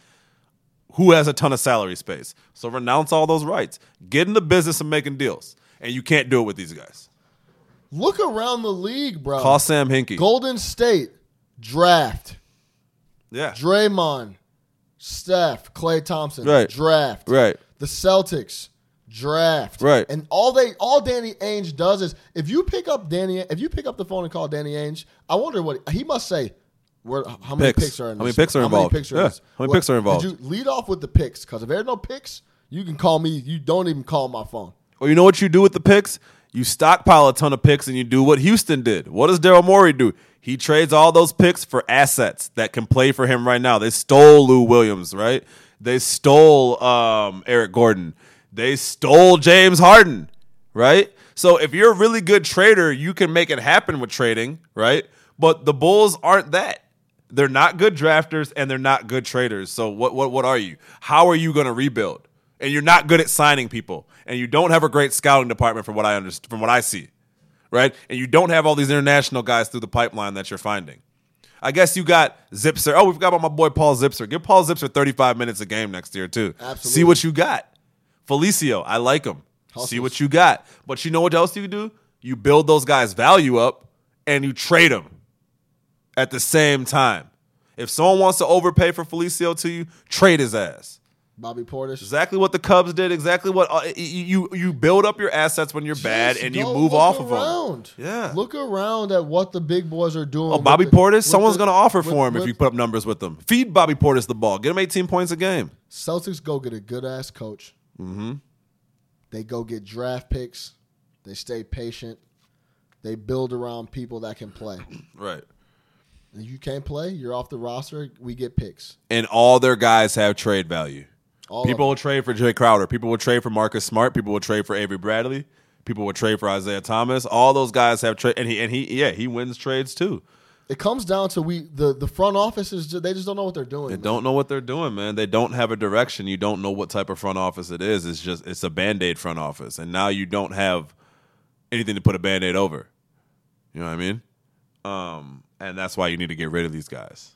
Who has a ton of salary space? So renounce all those rights. Get in the business of making deals. And you can't do it with these guys.
look around the league bro
Call Sam Hinkie.
golden state draft
yeah.
draymond steph clay thompson
Right.
draft
Right.
the celtics draft
Right.
and all they all danny ainge does is if you pick up danny if you pick up the phone and call danny ainge i wonder what he must say where, how many
Picks.
picks, are in
How
this?
many picks are involved?
How many picks are, in
Yeah.
this?
How many picks are involved?
Did you lead off with the picks? Because if there's no picks, you can call me. You don't even call my phone.
Or you know what you do with the picks? You stockpile a ton of picks and you do what Houston did. What does Daryl Morey do? He trades all those picks for assets that can play for him right now. They stole Lou Williams, right? They stole um, Eric Gordon. They stole James Harden, right? So if you're a really good trader, you can make it happen with trading, right? But the Bulls aren't that. They're not good drafters and they're not good traders. So what what what are you? How are you going to rebuild? And you're not good at signing people, and you don't have a great scouting department from what I understand, from what I see, right? And you don't have all these international guys through the pipeline that you're finding. I guess you got Zipser. Oh, we forgot about my boy Paul Zipser. Give Paul Zipser 35 minutes a game next year too.
Absolutely.
See what you got. Felicio, I like him. See what you got. But you know what else you do? You build those guys' value up and you trade them at the same time. If someone wants to overpay for Felicio to you, trade his ass.
Bobby Portis.
Exactly what the Cubs did. Exactly what uh, y- y- you you build up your assets when you're bad
Just
and you
go
move
look
off of them.
around.
Yeah.
Look around at what the big boys are doing.
Oh,
with
Bobby
the-
Portis,
with
someone's
the-
going to offer
with-
for him if
with-
you put up numbers with them. Feed Bobby Portis the ball. Get him 18 points a game.
Celtics go get a good ass coach. Mm-hmm. They go get draft picks. They stay patient. They build around people that can play.
Right.
If you can't play, you're off the roster. We get picks.
And all their guys have trade value.
All of
People will trade for Jay Crowder. People will trade for Marcus Smart. People will trade for Avery Bradley. People will trade for Isaiah Thomas. All those guys have trade, and he and he yeah he wins trades too.
it comes down to we the the front office is ju- they just don't know what they're doing.
They
man.
don't know what they're doing, man. They don't have a direction. You don't know what type of front office it is. It's just it's a band-aid front office. And now you don't have anything to put a band-aid over. You know what I mean? Um, and that's why you need to get rid of these guys.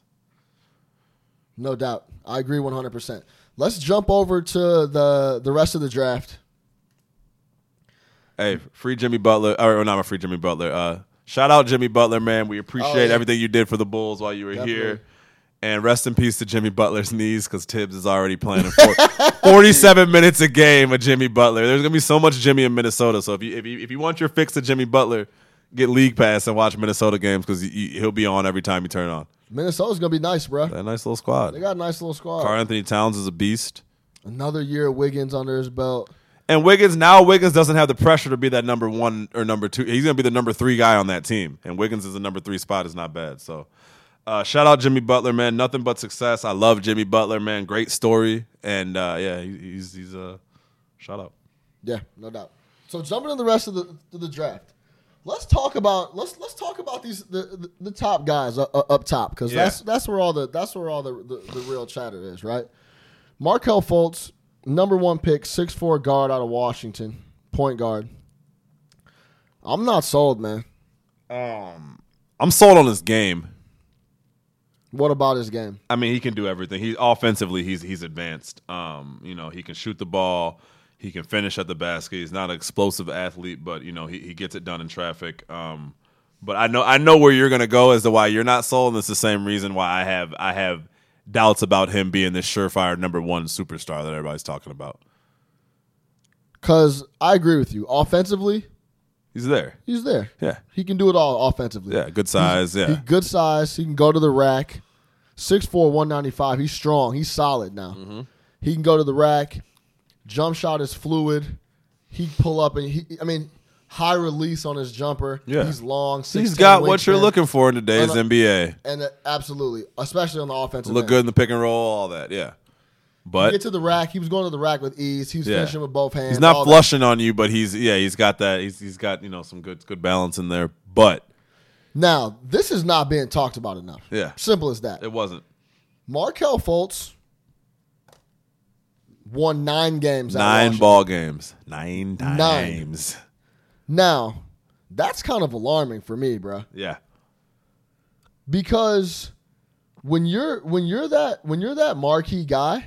No doubt. I agree 100%. Let's jump over to the the rest of the draft.
Hey, free Jimmy Butler. Or not a free Jimmy Butler. Uh shout out Jimmy Butler, man. We appreciate
Oh, yeah.
everything you did for the Bulls while you were
Definitely.
here. And rest in peace to Jimmy Butler's knees because Tibbs is already playing [laughs] for 47 minutes a game of Jimmy Butler. There's gonna be so much Jimmy in Minnesota. So if you if you, if you want your fix of Jimmy Butler, get league pass and watch Minnesota games because he'll be on every time you turn on.
Minnesota's going to be nice, bro.
That nice little squad.
They got a nice little squad.
Carl Anthony Towns is a beast.
Another year of Wiggins under his belt.
And Wiggins now Wiggins doesn't have the pressure to be that number one or number two. He's gonna be the number three guy on that team. And Wiggins is the number three spot is not bad. So uh, shout out Jimmy Butler, man. Nothing but success. I love Jimmy Butler, man. Great story. And uh, yeah, he, he's he's uh, shout out.
Yeah, no doubt. So jumping to the rest of the to the draft, let's talk about let's let's talk about these the the, the top guys up, up top because
Yeah.
that's that's where all the that's where all the, the the real chatter is, right? Markel Fultz, number one pick, six four guard out of Washington, point guard. I'm not sold, man.
I'm sold on this game.
What about his game?
I mean, he can do everything. He offensively, he's he's advanced. Um, you know, he can shoot the ball. He can finish at the basket. He's not an explosive athlete, but you know, he, he gets it done in traffic. Um, but I know I know where you're gonna go as to why you're not sold, and it's the same reason why I have I have doubts about him being this surefire number one superstar that everybody's talking about.
Because I agree with you. Offensively,
He's there.
he's there.
Yeah.
He can do it all offensively.
Yeah. Good size.
He
Yeah.
good size. He can go to the rack. 6'4", 195. He's strong. He's solid now.
Mm-hmm.
He can go to the rack. Jump shot is fluid. He can pull up and he. I mean, high release on his jumper.
Yeah.
he's long. 6'10"
He's got what you're
wingspan.
looking for in today's
And, uh,
NBA.
And uh, absolutely, especially on the offensive.
Look
end.
good in the pick and roll, all that. Yeah.
He
But
Get to the rack. He was going to the rack with ease. He was
Yeah.
finishing with both hands.
He's not
all that.
flushing on you, but he's yeah, he's got that. He's he's got you know some good good balance in there. But
Now this is not being talked about enough.
Yeah.
simple as that.
it wasn't
Markel Fultz won nine games. out of
nine
Washington.
ball games, nine times.
Now, that's kind of alarming for me, bruh.
Yeah,
because when you're when you're that when you're that marquee guy,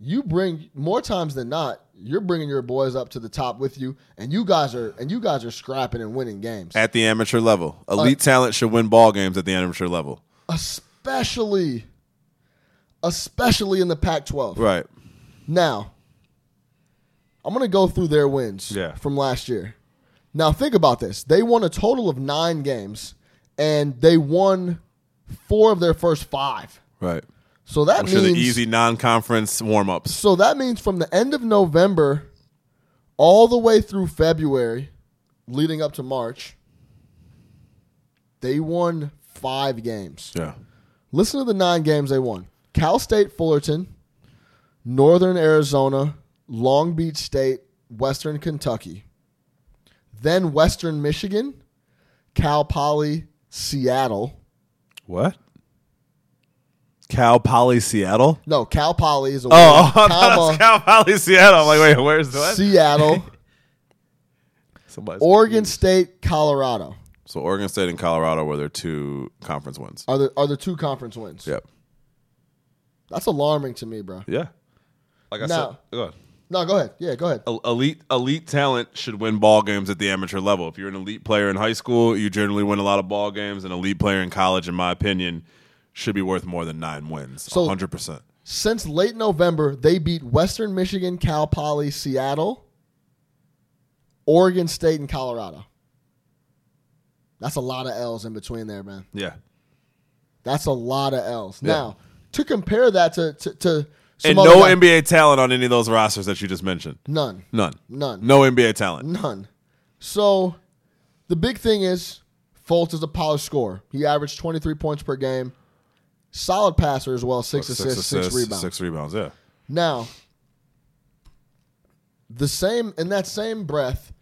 you bring more times than not. You're bringing your boys up to the top with you, and you guys are and you guys are scrapping and winning games,
at the amateur level, elite talent should win ball games at the amateur level.
especially especially in the Pac-12.
Right.
Now, I'm going to go through their wins
Yeah.
from last year. Now, think about this. They won a total of nine games, and they won four of their first five.
Right.
So that
Which are the
means
easy non-conference warm-ups.
so that means from the end of November all the way through February, leading up to March, they won five games.
Yeah.
Listen to the nine games they won Cal State Fullerton, Northern Arizona, Long Beach State, Western Kentucky, then Western Michigan, Cal Poly, Seattle.
What? Cal Poly Seattle.
No, Cal Poly is a
Oh, I
win,
thought it was
comma,
Cal Poly Seattle. I'm like, wait, where's the what?
Seattle,
Somebody's
Oregon
confused.
State, Colorado
So Oregon State and Colorado were their two conference wins.
are the are the two conference wins.
Yep.
That's alarming to me, bro.
Yeah. Like I
Now-
said, go ahead.
No, go ahead. Yeah, go ahead.
El- elite elite talent should win ball games at the amateur level. If you're an elite player in high school, you generally win a lot of ball games. An elite player in college, in my opinion, should be worth more than nine wins.
So-
hundred percent.
Since late November, they beat Western Michigan, Cal Poly, Seattle, Oregon State, and Colorado. That's a lot of L's in between there, man.
Yeah.
That's a lot of L's.
Yeah.
Now, to compare that to to, to some
and
other
no
guy-
NBA talent on any of those rosters that you just mentioned.
none,
None.
none,
No NBA talent.
none. So, the big thing is, Fultz is a polished scorer. He averaged twenty three points per game. Solid passer as well, six, assists, six rebounds.
Six rebounds. Yeah.
Now, the same in that same breath,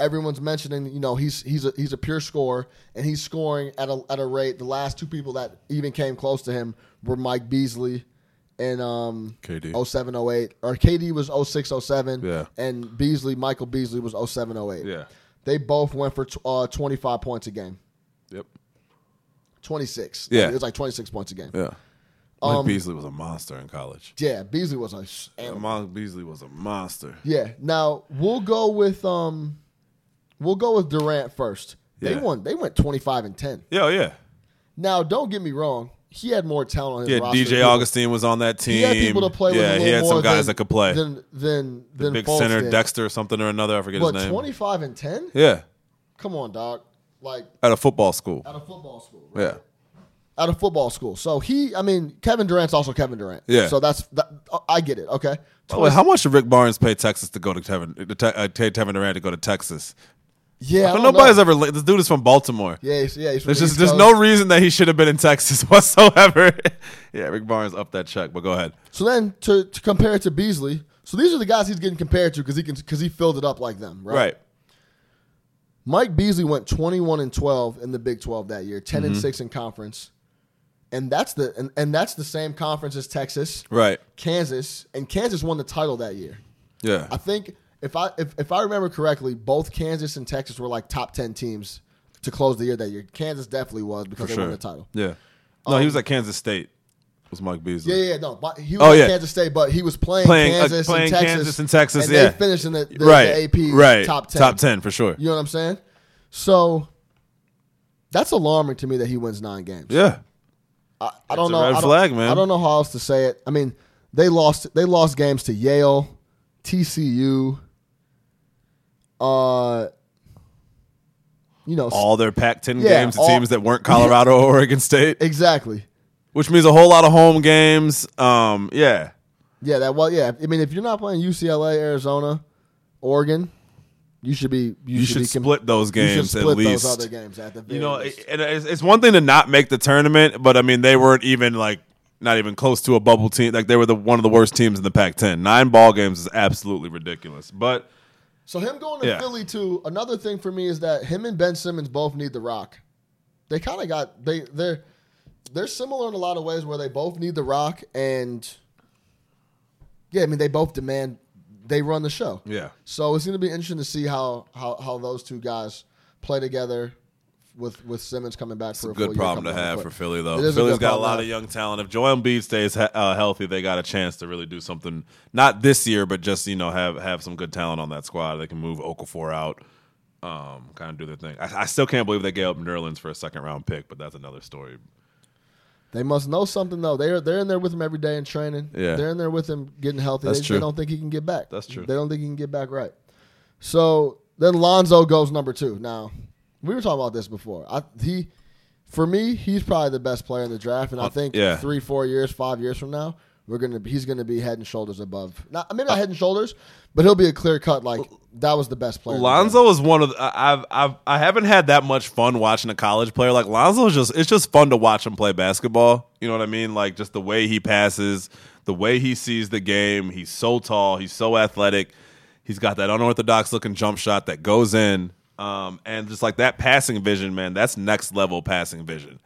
everyone's mentioning you know he's he's a he's a pure scorer and he's scoring at a at a rate. The last two people that even came close to him were Mike Beasley and um
KD.
07 08 or KD was 06 07
Yeah.
and Beasley Michael Beasley was 07 08.
Yeah.
They both went for tw- uh, 25 points a game.
Yep.
26.
Yeah.
It was like 26 points a game.
Yeah.
Um,
Mike Beasley was a monster in college.
Yeah, Beasley was a s- animal.
Mike Beasley was a monster.
Yeah. Now we'll go with um, we'll go with Durant first. They
Yeah.
won. They went twenty five and ten.
Yeah, oh, yeah.
Now don't get me wrong. He had more talent on his
Yeah,
roster.
DJ
than-
Augustine was on that team.
He had people to play with.
yeah,
a little
he had
more
some
than-
guys that could play.
Than than
the
than
big
Fultz
center
did.
Dexter or something or another. I forget
But
his name.
twenty five and ten?
yeah,
Come on, dog. Like
at a football school.
out of football school. right?
Yeah,
Out of football school. So he, I mean, Kevin Durant's also Kevin Durant.
Yeah.
So that's that, I get it. Okay.
By the way, how much did Rick Barnes pay Texas to go to Kevin to te- uh, pay Kevin Durant to go to Texas?
yeah. I
But
don't
nobody's
know.
ever. li- This dude is from Baltimore.
Yeah. He's, yeah. He's from
There's
the
just
East
there's
Coast.
no reason that he should have been in Texas [laughs] whatsoever. yeah, Rick Barnes upped that check, but go ahead.
So then to, to compare it to Beasley, so these are the guys he's getting compared to because he can because he filled it up like them, right?
Right.
Mike Beasley went twenty one and twelve in the Big Twelve that year, 10
Mm-hmm.
and six in conference, and that's the and, and that's the same conference as Texas,
Right.
Kansas, and Kansas won the title that year.
Yeah.
I think if I if, if I remember correctly, both Kansas and Texas were like top ten teams to close the year that year. Kansas definitely was because they
sure.
won the title. Um,
Yeah. No, he was at Kansas State. Was Mike Beasley?
Yeah, yeah, no. But he was
Oh,
at
yeah.
Kansas State, but he was playing,
Playing- uh,
Kansas,
playing
and Texas,
Kansas and Texas,
and
yeah.
they finished in the, the,
right.
the AP
right.
top ten.
Top ten for sure.
You know what I'm saying? So that's alarming to me that he wins nine games.
Yeah.
I, I don't
a
know.
red
I don't,
flag, man.
I don't know how else to say it. I mean, they lost. They lost games to Yale, TCU. Uh, you know, s-
All their
[laughs]
Pac-10
Yeah,
games. It
all-
seems that weren't Colorado or Oregon State,
exactly.
which means a whole lot of home games. Um. Yeah.
Yeah, that. Well, yeah. I mean, if you're not playing UCLA, Arizona, Oregon, you should be. You,
You,
should,
should,
be com-
split those
you should
games
split
at least.
those other games at the. Very
you know,
least.
it, and it's, it's one thing to not make the tournament, but I mean, they weren't even like not even close to a bubble team. Like they were the one of the worst teams in the Pac-10. Nine ball games is absolutely ridiculous. But
So him going to
Yeah.
Philly too. Another thing for me is that him and Ben Simmons both need the rock. They kind of got they they're they're similar in a lot of ways where they both need the rock and yeah, I mean they both demand they run the show.
yeah,
So it's going to be interesting to see how how how those two guys play together with with Simmons coming back for a full
good
year
problem to
coming
have
off
for
the-
Philly
It is
though.
a
Philly's
good
got a
problem to
lot of
have.
young talent. If Joel Embiid stays he- uh, healthy, they got a chance to really do something. Not this year, but just you know have have some good talent on that squad. They can move Okafor out. Um, kind of do their thing. I, I still can't believe they gave up Nerlens for a second round pick, but that's another story.
They must know something though. They're they're in there with him every day in training.
Yeah.
They're in there with him getting healthy.
That's
they, they
true.
don't think he can get back.
That's true.
They don't think he can get back right. So then Lonzo goes number two. Now we were talking about this before. I, he, for me, he's probably the best player in the draft, and I think
Uh, yeah.
three, four years, five years from now, we're gonna he's gonna be head and shoulders above. Not maybe
Uh,
not head and shoulders, but he'll be a clear cut. Like that was the best player. in the draft.
Lonzo is one of the, I- I've I've I haven't had that much fun watching a college player like Lonzo is just it's just fun to watch him play basketball. You know what I mean? Like just the way he passes, the way he sees the game. He's so tall. He's so athletic. He's got that unorthodox looking jump shot that goes in. Um, and just like that passing vision, man, that's next level passing vision.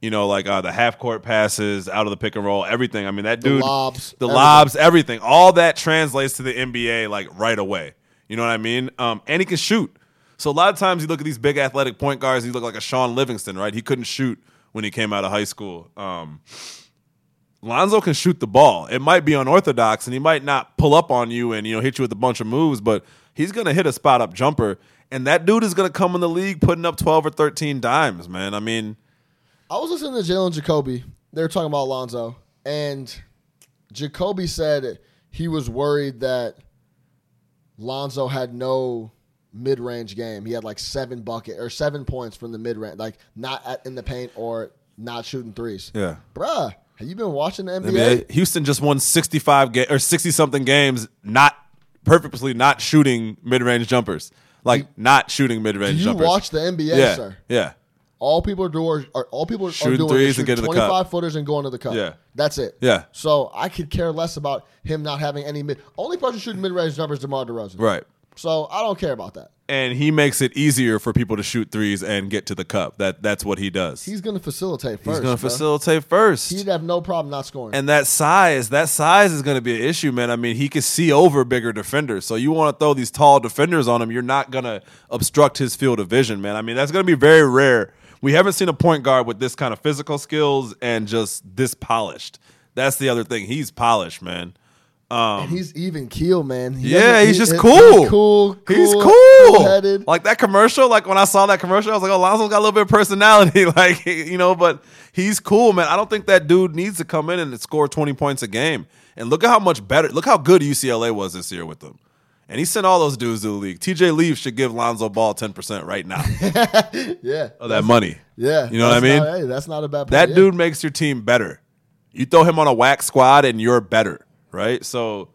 You know, like uh, the half court passes, out of the pick and roll, everything. I mean, that dude,
lobs,
the
everything.
lobs jobs, everything. All that translates to the NBA like right away. You know what I mean? Um, and he can shoot. So a lot of times you look at these big athletic point guards, he look like a Sean Livingston, right? He couldn't shoot when he came out of high school. Um, Lonzo can shoot the ball. It might be unorthodox, and he might not pull up on you and you know hit you with a bunch of moves, but he's gonna hit a spot up jumper, and that dude is gonna come in the league putting up twelve or thirteen dimes, man. I mean,
I was listening to Jalen Jacoby. They were talking about Lonzo, and Jacoby said he was worried that Lonzo had no mid-range game. He had like seven bucket or seven points from the mid-range, like not at, in the paint or not shooting threes.
yeah.
bruh, have you been watching the NBA?
NBA. Houston just won 65 ga- or 60 something games, not purposely not shooting mid range jumpers. Like, not shooting mid range
You
jumpers.
watch the NBA,
yeah,
sir.
yeah.
All people are doing, are, all people are
Shooting
doing
threes
is
and getting to the cup.
twenty-five footers and going to the cup.
Yeah.
that's it.
Yeah.
So I could care less about him not having any mid. Only person shooting mid-range numbers, Demar Derozan.
Right.
So I don't care about that.
And he makes it easier for people to shoot threes and get to the cup. That That's what he does.
He's going to facilitate first.
He's going to
bro.
facilitate first.
He'd have no problem not scoring.
And that size, that size is going to be an issue, man. I mean, he can see over bigger defenders. So you want to throw these tall defenders on him, you're not going to obstruct his field of vision, man. I mean, that's going to be very rare. We haven't seen a point guard with this kind of physical skills and just this polished. That's the other thing. He's polished, man.
And he's even keel, man. He
um, Yeah,
doesn't-
he's
he-
just
he-
cool.
He's cool. cool
He's cool.
Headed.
Like that commercial, like when I saw that commercial, I was like, oh, Lonzo's got a little bit of personality. [laughs] like, you know, but he's cool, man. I don't think that dude needs to come in and score 20 points a game. And look at how much better, look how good UCLA was this year with them. And he sent all those dudes to the league. TJ Leaf should give Lonzo Ball 10% right now
yeah.
of that money.
Yeah.
You know what
That's
I mean?
not- hey, that's not a bad
That
point.
dude makes your team better. You throw him on a whack squad and you're better, right? So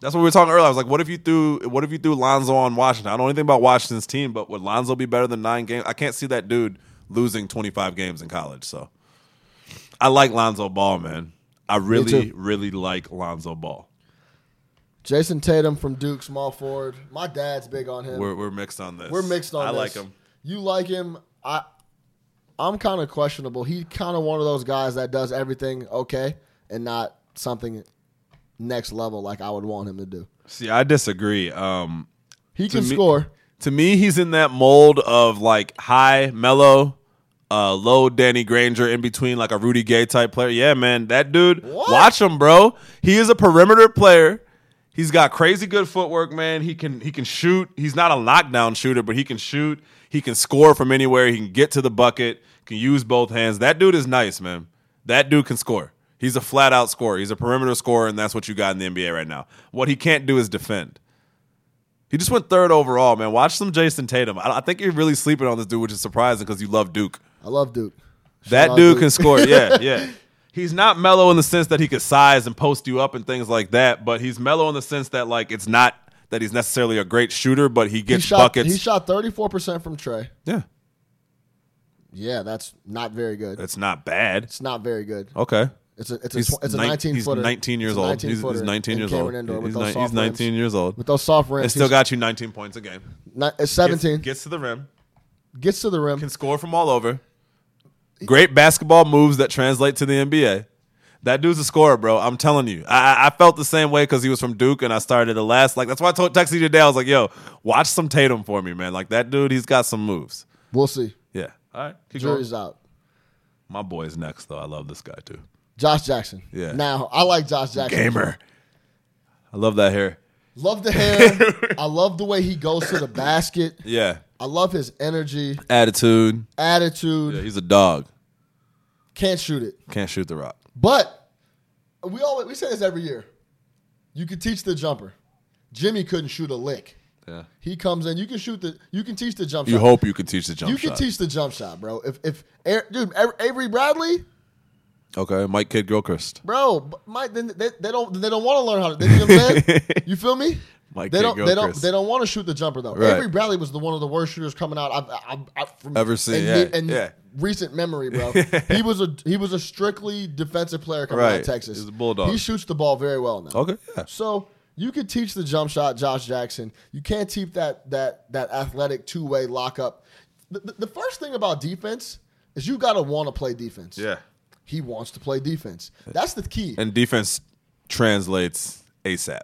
that's what we were talking earlier. I was like, what if you threw what if you threw Lonzo on Washington? I don't know anything about Washington's team, but would Lonzo be better than nine games? I can't see that dude losing twenty five games in college. So I like Lonzo Ball, man. I really,
too.
really like Lonzo Ball.
Jason Tatum from Duke, small forward. My dad's big on him.
We're, we're mixed on this.
We're mixed on
I
this.
like him.
You like him. I I'm kind of questionable. He kind of one of those guys that does everything okay and not something next level like I would want him to do.
See, I disagree. Um,
He can
me-
score.
to me, he's in that mold of like high mellow, uh, low Danny Granger in between, like a Rudy Gay type player. Yeah, man, that dude.
What?
Watch him, bro. He is a perimeter player. He's got crazy good footwork, man. He can he can shoot. He's not a lockdown shooter, but he can shoot. He can score from anywhere. He can get to the bucket. Can use both hands. That dude is nice, man. That dude can score. He's a flat out scorer. He's a perimeter scorer, and that's what you got in the NBA right now. What he can't do is defend. He just went third overall, man. Watch some Jason Tatum. I, I think you're really sleeping on this dude, which is surprising because you love Duke.
I love Duke. Shout
That
out
dude
[laughs]
can score. Yeah, yeah. He's not mellow in the sense that he could size and post you up and things like that, but he's mellow in the sense that like it's not that he's necessarily a great shooter, but he
He
gets
shot.
buckets.
He shot thirty four percent from Trey.
yeah,
Yeah, that's not very good.
it's not bad.
It's not very good.
Okay.
It's a it's a
He's,
tw- it's a
nine-
nineteen
he's
footer.
19 years
It's a
old. He's, he's
19-footer
19
in
years
Cameron
old.
Indoor with
He's,
those
ni-
soft
he's 19
rims.
years old.
With those soft rims,
And still got you 19 points a game.
got it's
Gets,
seventeen.
gets to the rim.
gets to the rim.
can score from all over. Great basketball moves that translate to the NBA. That dude's a scorer, bro. I'm telling you. I, I- I felt the same way because he was from Duke and I started the last. Like, that's why I told texted you today. I was like, yo, watch some Tatum for me, man. Like, that dude, he's got some moves.
We'll see.
Yeah. All right. Keep going.
Jury's out.
My boy's next, though. I love this guy,
[laughs]
too.
Josh Jackson.
Yeah.
Now I like Josh Jackson.
Gamer. I love that hair.
Love the
[laughs]
hair. I love the way he goes to the basket.
Yeah.
I love his energy,
Attitude.
attitude.
Yeah, he's a dog.
Can't shoot it,
Can't shoot the rock.
but we always we say this every year. You can teach the jumper. Jimmy couldn't shoot a lick.
Yeah.
He comes in. You can shoot the. You can teach the jump
You
shot.
hope you can teach the jump
you can
shot.
teach the jump shot, bro. If if Air- dude Air- Avery Bradley,
okay. Mike Kid Gilchrist.
bro, b- Mike, then they, they don't they don't want to learn how to. They, you, know what I'm
[laughs]
saying? you feel me?
Mike
they don't
can't go,
they don't
Chris.
they don't want to shoot the jumper though.
Right.
Avery Bradley was the one of the worst shooters coming out I've, I've, I've from,
Ever seen,
in,
yeah,
the- in
yeah.
recent memory,
[laughs]
bro. he was a he was a strictly defensive player coming out
Right.
of Texas.
He's a bulldog.
He shoots the ball very well now.
Okay. Yeah.
So you could teach the jump shot, Josh Jackson. You can't teach that that that athletic two way lockup. The, the, the first thing about defense is you gotta want to play defense. he wants to play defense. That's the key.
and defense translates ASAP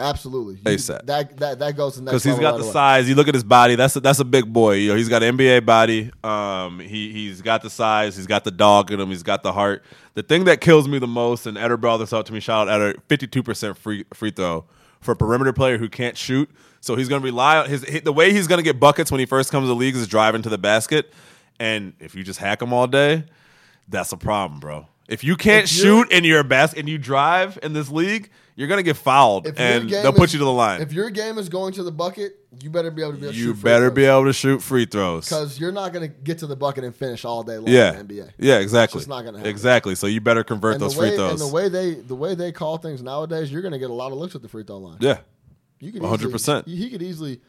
Absolutely, You-
ASAP.
That that that goes to the next
because he's
level
got
right
the
away.
size. You look at his body; that's a, that's a big boy. You know, he's got an NBA body. Um, he he's got the size. He's got the dog in him. He's got the heart. The thing that kills me the most, and Eder brought this out to me. Shout out Eder, fifty two percent free free throw for a perimeter player who can't shoot. So he's going to rely on his he- the way he's going to get buckets when he first comes to the league is driving to the basket. And if you just hack him all day, that's a problem, bro. If you can't
If you're-
shoot and you're a basket and you drive in this league, you're gonna get fouled
If your
and
game
they'll put
is-
you to the line
If your game is going to the bucket, you better be able to be. Able to
you better be able to shoot free throws.
because you're not going to get to the bucket and finish all day long.
Yeah,
in the NBA.
yeah, exactly.
just not gonna happen.
exactly. So you better convert
And
those
the way
free
and
throws.
the way they the way they call things nowadays, you're going to get a lot of looks at the free throw line.
yeah,
you could
100%.
easily- He could easily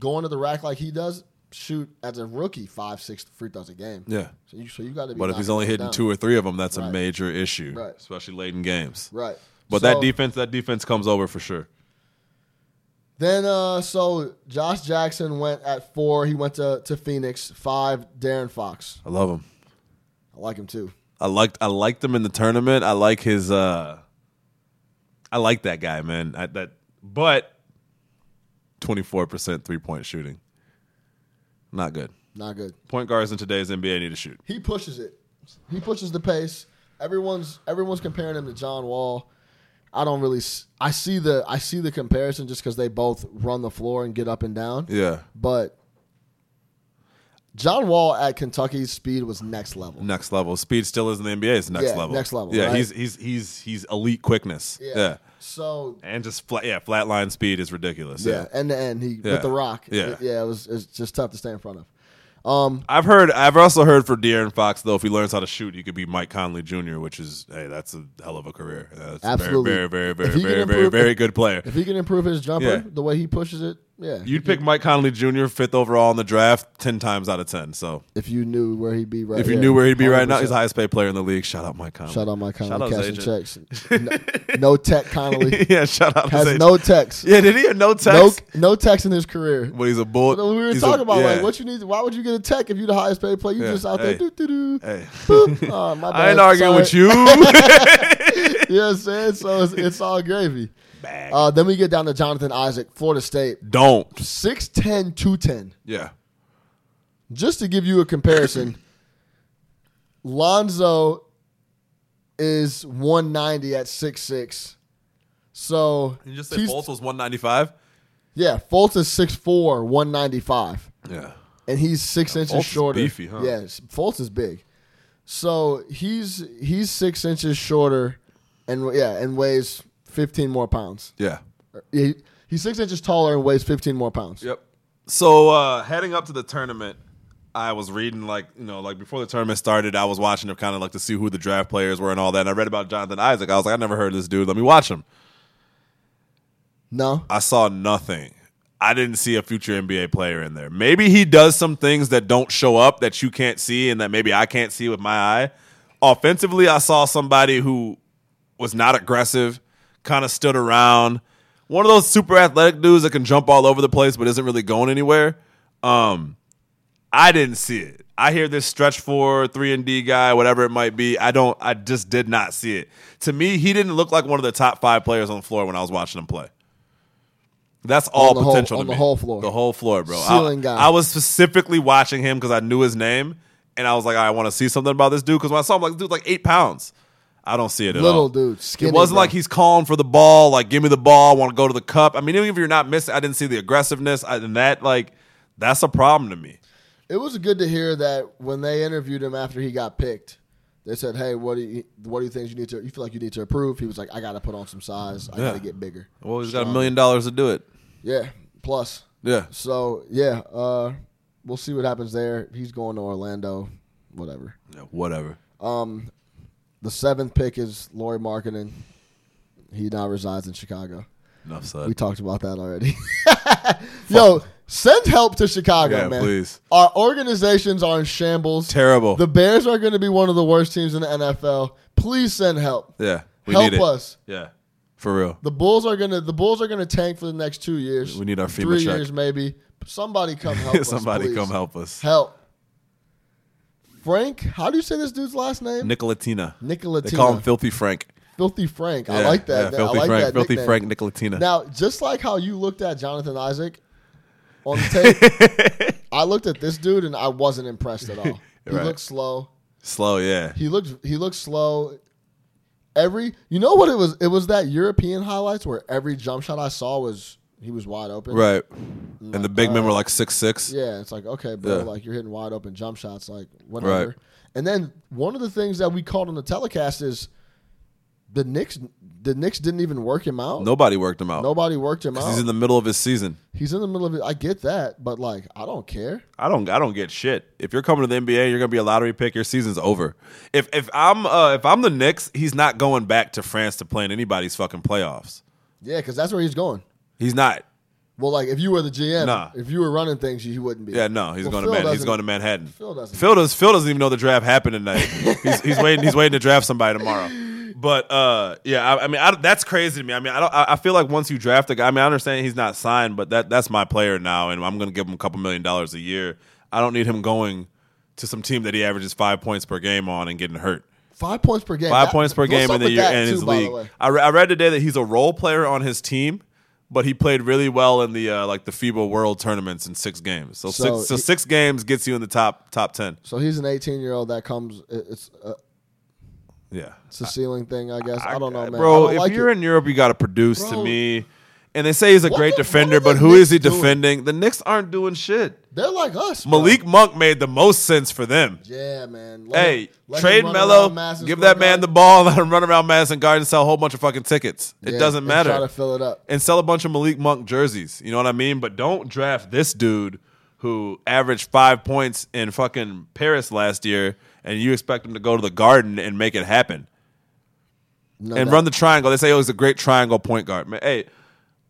go into the rack like he does, shoot as a rookie five six free throws a game.
yeah.
So you so you got to be.
But if he's
knocking
only
those
hitting
down.
two or three of them, that's a
Right.
major issue,
Right.
especially late in games.
right?
But
So-
that defense, that defense comes over for sure.
Then uh so Josh Jackson went at four. He went to, to Phoenix. Five, Darren Fox.
I love him.
I like him too.
I liked I liked him in the tournament. I like his uh I like that guy, man. I, that but 24% three-point shooting. Not good.
Not good.
Point guards in today's NBA need to shoot.
He pushes it. He pushes the pace. Everyone's everyone's comparing him to John Wall. I don't really. s- I see the I see the comparison just because they both run the floor and get up and down.
Yeah.
But John Wall at Kentucky's speed was next level.
next level. Speed still is in the NBA. It's next
Yeah,
level.
next level,
Yeah,
right?
he's he's he's he's elite quickness. Yeah,
So
and just flat. Yeah, flatline speed is ridiculous. Yeah.
yeah, end to end, he
Yeah.
with the rock.
Yeah.
It- yeah. It was it's just tough to stay in front of. Um,
I've heard. I've also heard for De'Aaron Fox though, if he learns how to shoot, he could be Mike Conley Jr., which is hey, that's a hell of a career. That's
Absolutely.
Very, very, very,
If he
very,
can
very, very,
improve-
very good player.
If he can improve his jumper,
Yeah.
the way he pushes it, yeah.
You'd pick Mike Conley Jr. fifth overall in the draft ten times out of ten. So
if you knew where he'd be right
if you
yeah,
knew where he'd be right now,
100%.
he's the highest paid player in the league. Shout out Mike Conley.
Shout out my Connolly
out his
cashing checks. No,
[laughs]
no tech Connolly
yeah, shout out. to
has
Zay-
no text.
Yeah, did he have no
No
text?
no text in his career.
But he's a bull.
But we were
he's a-
talking about like
yeah.
what you need. Why would you get a tech if you the highest paid player? You
Yeah,
just out
hey.
there do do [laughs] do.
Hey. [laughs]
Oh, my bad.
I ain't arguing
[laughs]
with
Sorry.
you.
You know what I'm saying? So it's, it's all gravy. Uh, then we get down to Jonathan Isaac, Florida State.
don't.
6'10, 210.
Yeah.
Just to give you a comparison, [coughs] Lonzo is 190 at 6'6. So,
You just say
he's-
Fultz was 195?
yeah, Fultz is 6'4, 195.
Yeah.
and he's six inches
Fultz is
shorter.
beefy, huh?
Yes, Fultz is big. So he's he's six inches shorter, and yeah, and weighs fifteen more pounds.
Yeah.
He, he's six inches taller and weighs fifteen more pounds.
Yep. So uh, heading up to the tournament, I was reading like you know like before the tournament started, I was watching to kind of like to see who the draft players were and all that. And I read about Jonathan Isaac. I was like, I never heard of this dude. Let me watch him.
No,
I saw nothing. I didn't see a future NBA player in there. Maybe he does some things that don't show up that you can't see and that maybe I can't see with my eye. Offensively, I saw somebody who was not aggressive, kind of stood around. One of those super athletic dudes that can jump all over the place but isn't really going anywhere. Um, I didn't see it. I hear this stretch four, three and D guy, whatever it might be. I don't. I just did not see it. To me, he didn't look like one of the top five players on the floor when I was watching him play. That's all
On the whole-
potential
on
to
the
me.
whole floor.
the whole floor, bro.
Ceiling
I,
guy.
I was specifically watching him because I knew his name, and I was like, I want to see something about this dude because when I saw him, like, this dude's like eight pounds. I don't see it at all.
little dude, skinny.
It wasn't
bro.
like he's calling for the ball, like give me the ball, I want to go to the cup. I mean, even if you're not missing, I didn't see the aggressiveness, I, and that like that's a problem to me.
It was good to hear that when they interviewed him after he got picked. They said, "Hey, what do you what do you think you need to? You feel like you need to improve?" He was like, "I got to put on some size. I got to
Yeah.
get bigger."
Well, he's got a million dollars to do it.
Yeah, plus.
Yeah,
So yeah, uh, we'll see what happens there. He's going to Orlando, whatever.
whatever.
Um, the seventh pick is Laurie Markkinen. He now resides in Chicago.
Enough
We
said.
talked about that already. [laughs] Yo, send help to Chicago,
Yeah,
man.
please.
Our organizations are in shambles.
Terrible.
The Bears are going to be one of the worst teams in the NFL. Please send help.
yeah, we
help
need it.
us.
Yeah, for real.
The Bulls are gonna the Bulls are gonna tank for the next two years.
We need our FEMA
three
check.
years maybe. Somebody come
[laughs]
help. us,
Somebody
please.
come help us.
Help. Frank, how do you say this dude's last name?
Nicolatina.
Nicolatina.
They call him Filthy Frank.
Filthy Frank. I
Yeah,
like that.
yeah,
I
Filthy
like
Frank.
that
Filthy
nickname.
Frank Nicolatina.
Now, just like how you looked at Jonathan Isaac on
[laughs]
the tape, I looked at this dude and I wasn't impressed at
[laughs]
all. He
Right.
looked slow.
Slow, yeah.
He looked he looked slow. Every you know what it was? It was that European highlights where every jump shot I saw was he was wide open.
Right. And the big men were like six six.
Yeah, it's like okay, bro,
Yeah.
like you're hitting wide open jump shots, like whatever.
Right.
And then one of the things that we called on the telecast is the Knicks. The Knicks didn't even work him out.
Nobody worked him out.
Nobody worked him out.
He's in the middle of his season.
middle of it. I get that, but like I don't care.
I don't I don't get shit. If you're coming to the NBA, you're gonna be a lottery pick. Your season's over. If if I'm uh, if I'm the Knicks, he's not going back to France to play in anybody's fucking playoffs.
Yeah, because that's where he's going.
He's not.
Well, like if you were the GM,
Nah.
if you were running things, he wouldn't be.
Yeah, no, he's
Well,
going
Phil
to Man- he's
doesn't-
going to Manhattan.
Phil doesn't.
Phil does Phil doesn't even know the draft happened tonight. he's, he's waiting he's waiting to draft somebody tomorrow. But uh, yeah, I, I mean I, that's crazy to me. I mean I don't I, I feel like once you draft a guy, I mean I understand he's not signed, but that that's my player now, and I'm going to give him a couple million dollars a year. I don't need him going to some team that he averages five points per game on and getting hurt.
Five points per game.
Five
That-
points per
what's
game
up
in the
with
year
that,
and
too,
his
by the
league.
way?
I, re- I read today that he's a role player on his team, but he played really well in the uh, like the FIBA World tournaments in six games. So,
So
six, so
he-
six games gets you in the top top ten.
So he's an 18 year old that comes. it- It's uh,
Yeah,
it's a ceiling thing, I guess. I, don't know, man.
bro.
I
If
don't like
you're
it.
in Europe, you got to produce to
Bro.
me. And they say he's a
What
great
the- what
defender,
are the
but who is he
Knicks doing?
defending? The Knicks aren't doing shit.
they're like us, bro.
Malik Monk made the most sense for them.
Yeah, man. Let
Hey,
him- let him
trade
run
Melo,
around Madison
give
Square
that man
Garden.
the ball, [laughs] let him run around Madison Garden, sell a whole bunch of fucking tickets. It
Yeah,
doesn't
and
matter.
Try to fill it up.
and sell a bunch of Malik Monk jerseys. You know what I mean? But don't draft this dude who averaged five points in fucking Paris last year, and you expect him to go to the Garden and make it happen
No
and
doubt.
run the triangle. They say oh, he's a great triangle point guard. Man, hey.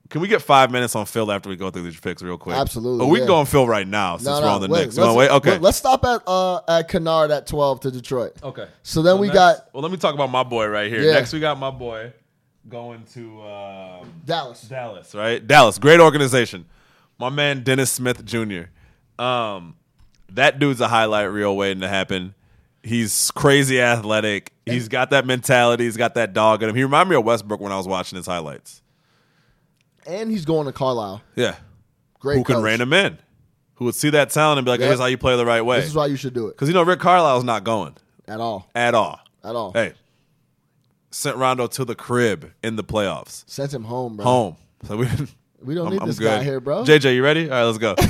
Can we get five minutes on Phil after we go through these picks real quick?
Absolutely,
Or we can
yeah.
go on Phil right now since
No,
we're
no,
on the
wait,
Knicks. You wanna
let's-
wait? Okay.
let- Let's stop at uh at Kennard at 12 to Detroit.
Okay.
So then
So
we
next-
got
Well, let me talk about my boy right here.
Yeah.
Next, we got my boy going to um,
Dallas.
Dallas, right? Dallas, great organization. My man Dennis Smith Jr. Um, that dude's a highlight reel waiting to happen. He's crazy athletic. He's got that mentality. He's got that dog in him. He reminded me of Westbrook when I was watching his highlights.
And he's going to Carlisle.
Yeah.
Great
who can
coach.
rein him in, who would see that talent and be like,
Yeah.
"Here's how you play the right way."
This is why you should do it
Because you know Rick Carlisle's not going
at all.
at all.
At all.
Hey, sent Rondo to the crib in the playoffs,
Send him home, bro.
home. So we.
We don't
[laughs] I'm,
need
I'm
this
good.
guy here, bro.
JJ, you ready? All right,
[laughs]
let's go.
Yo,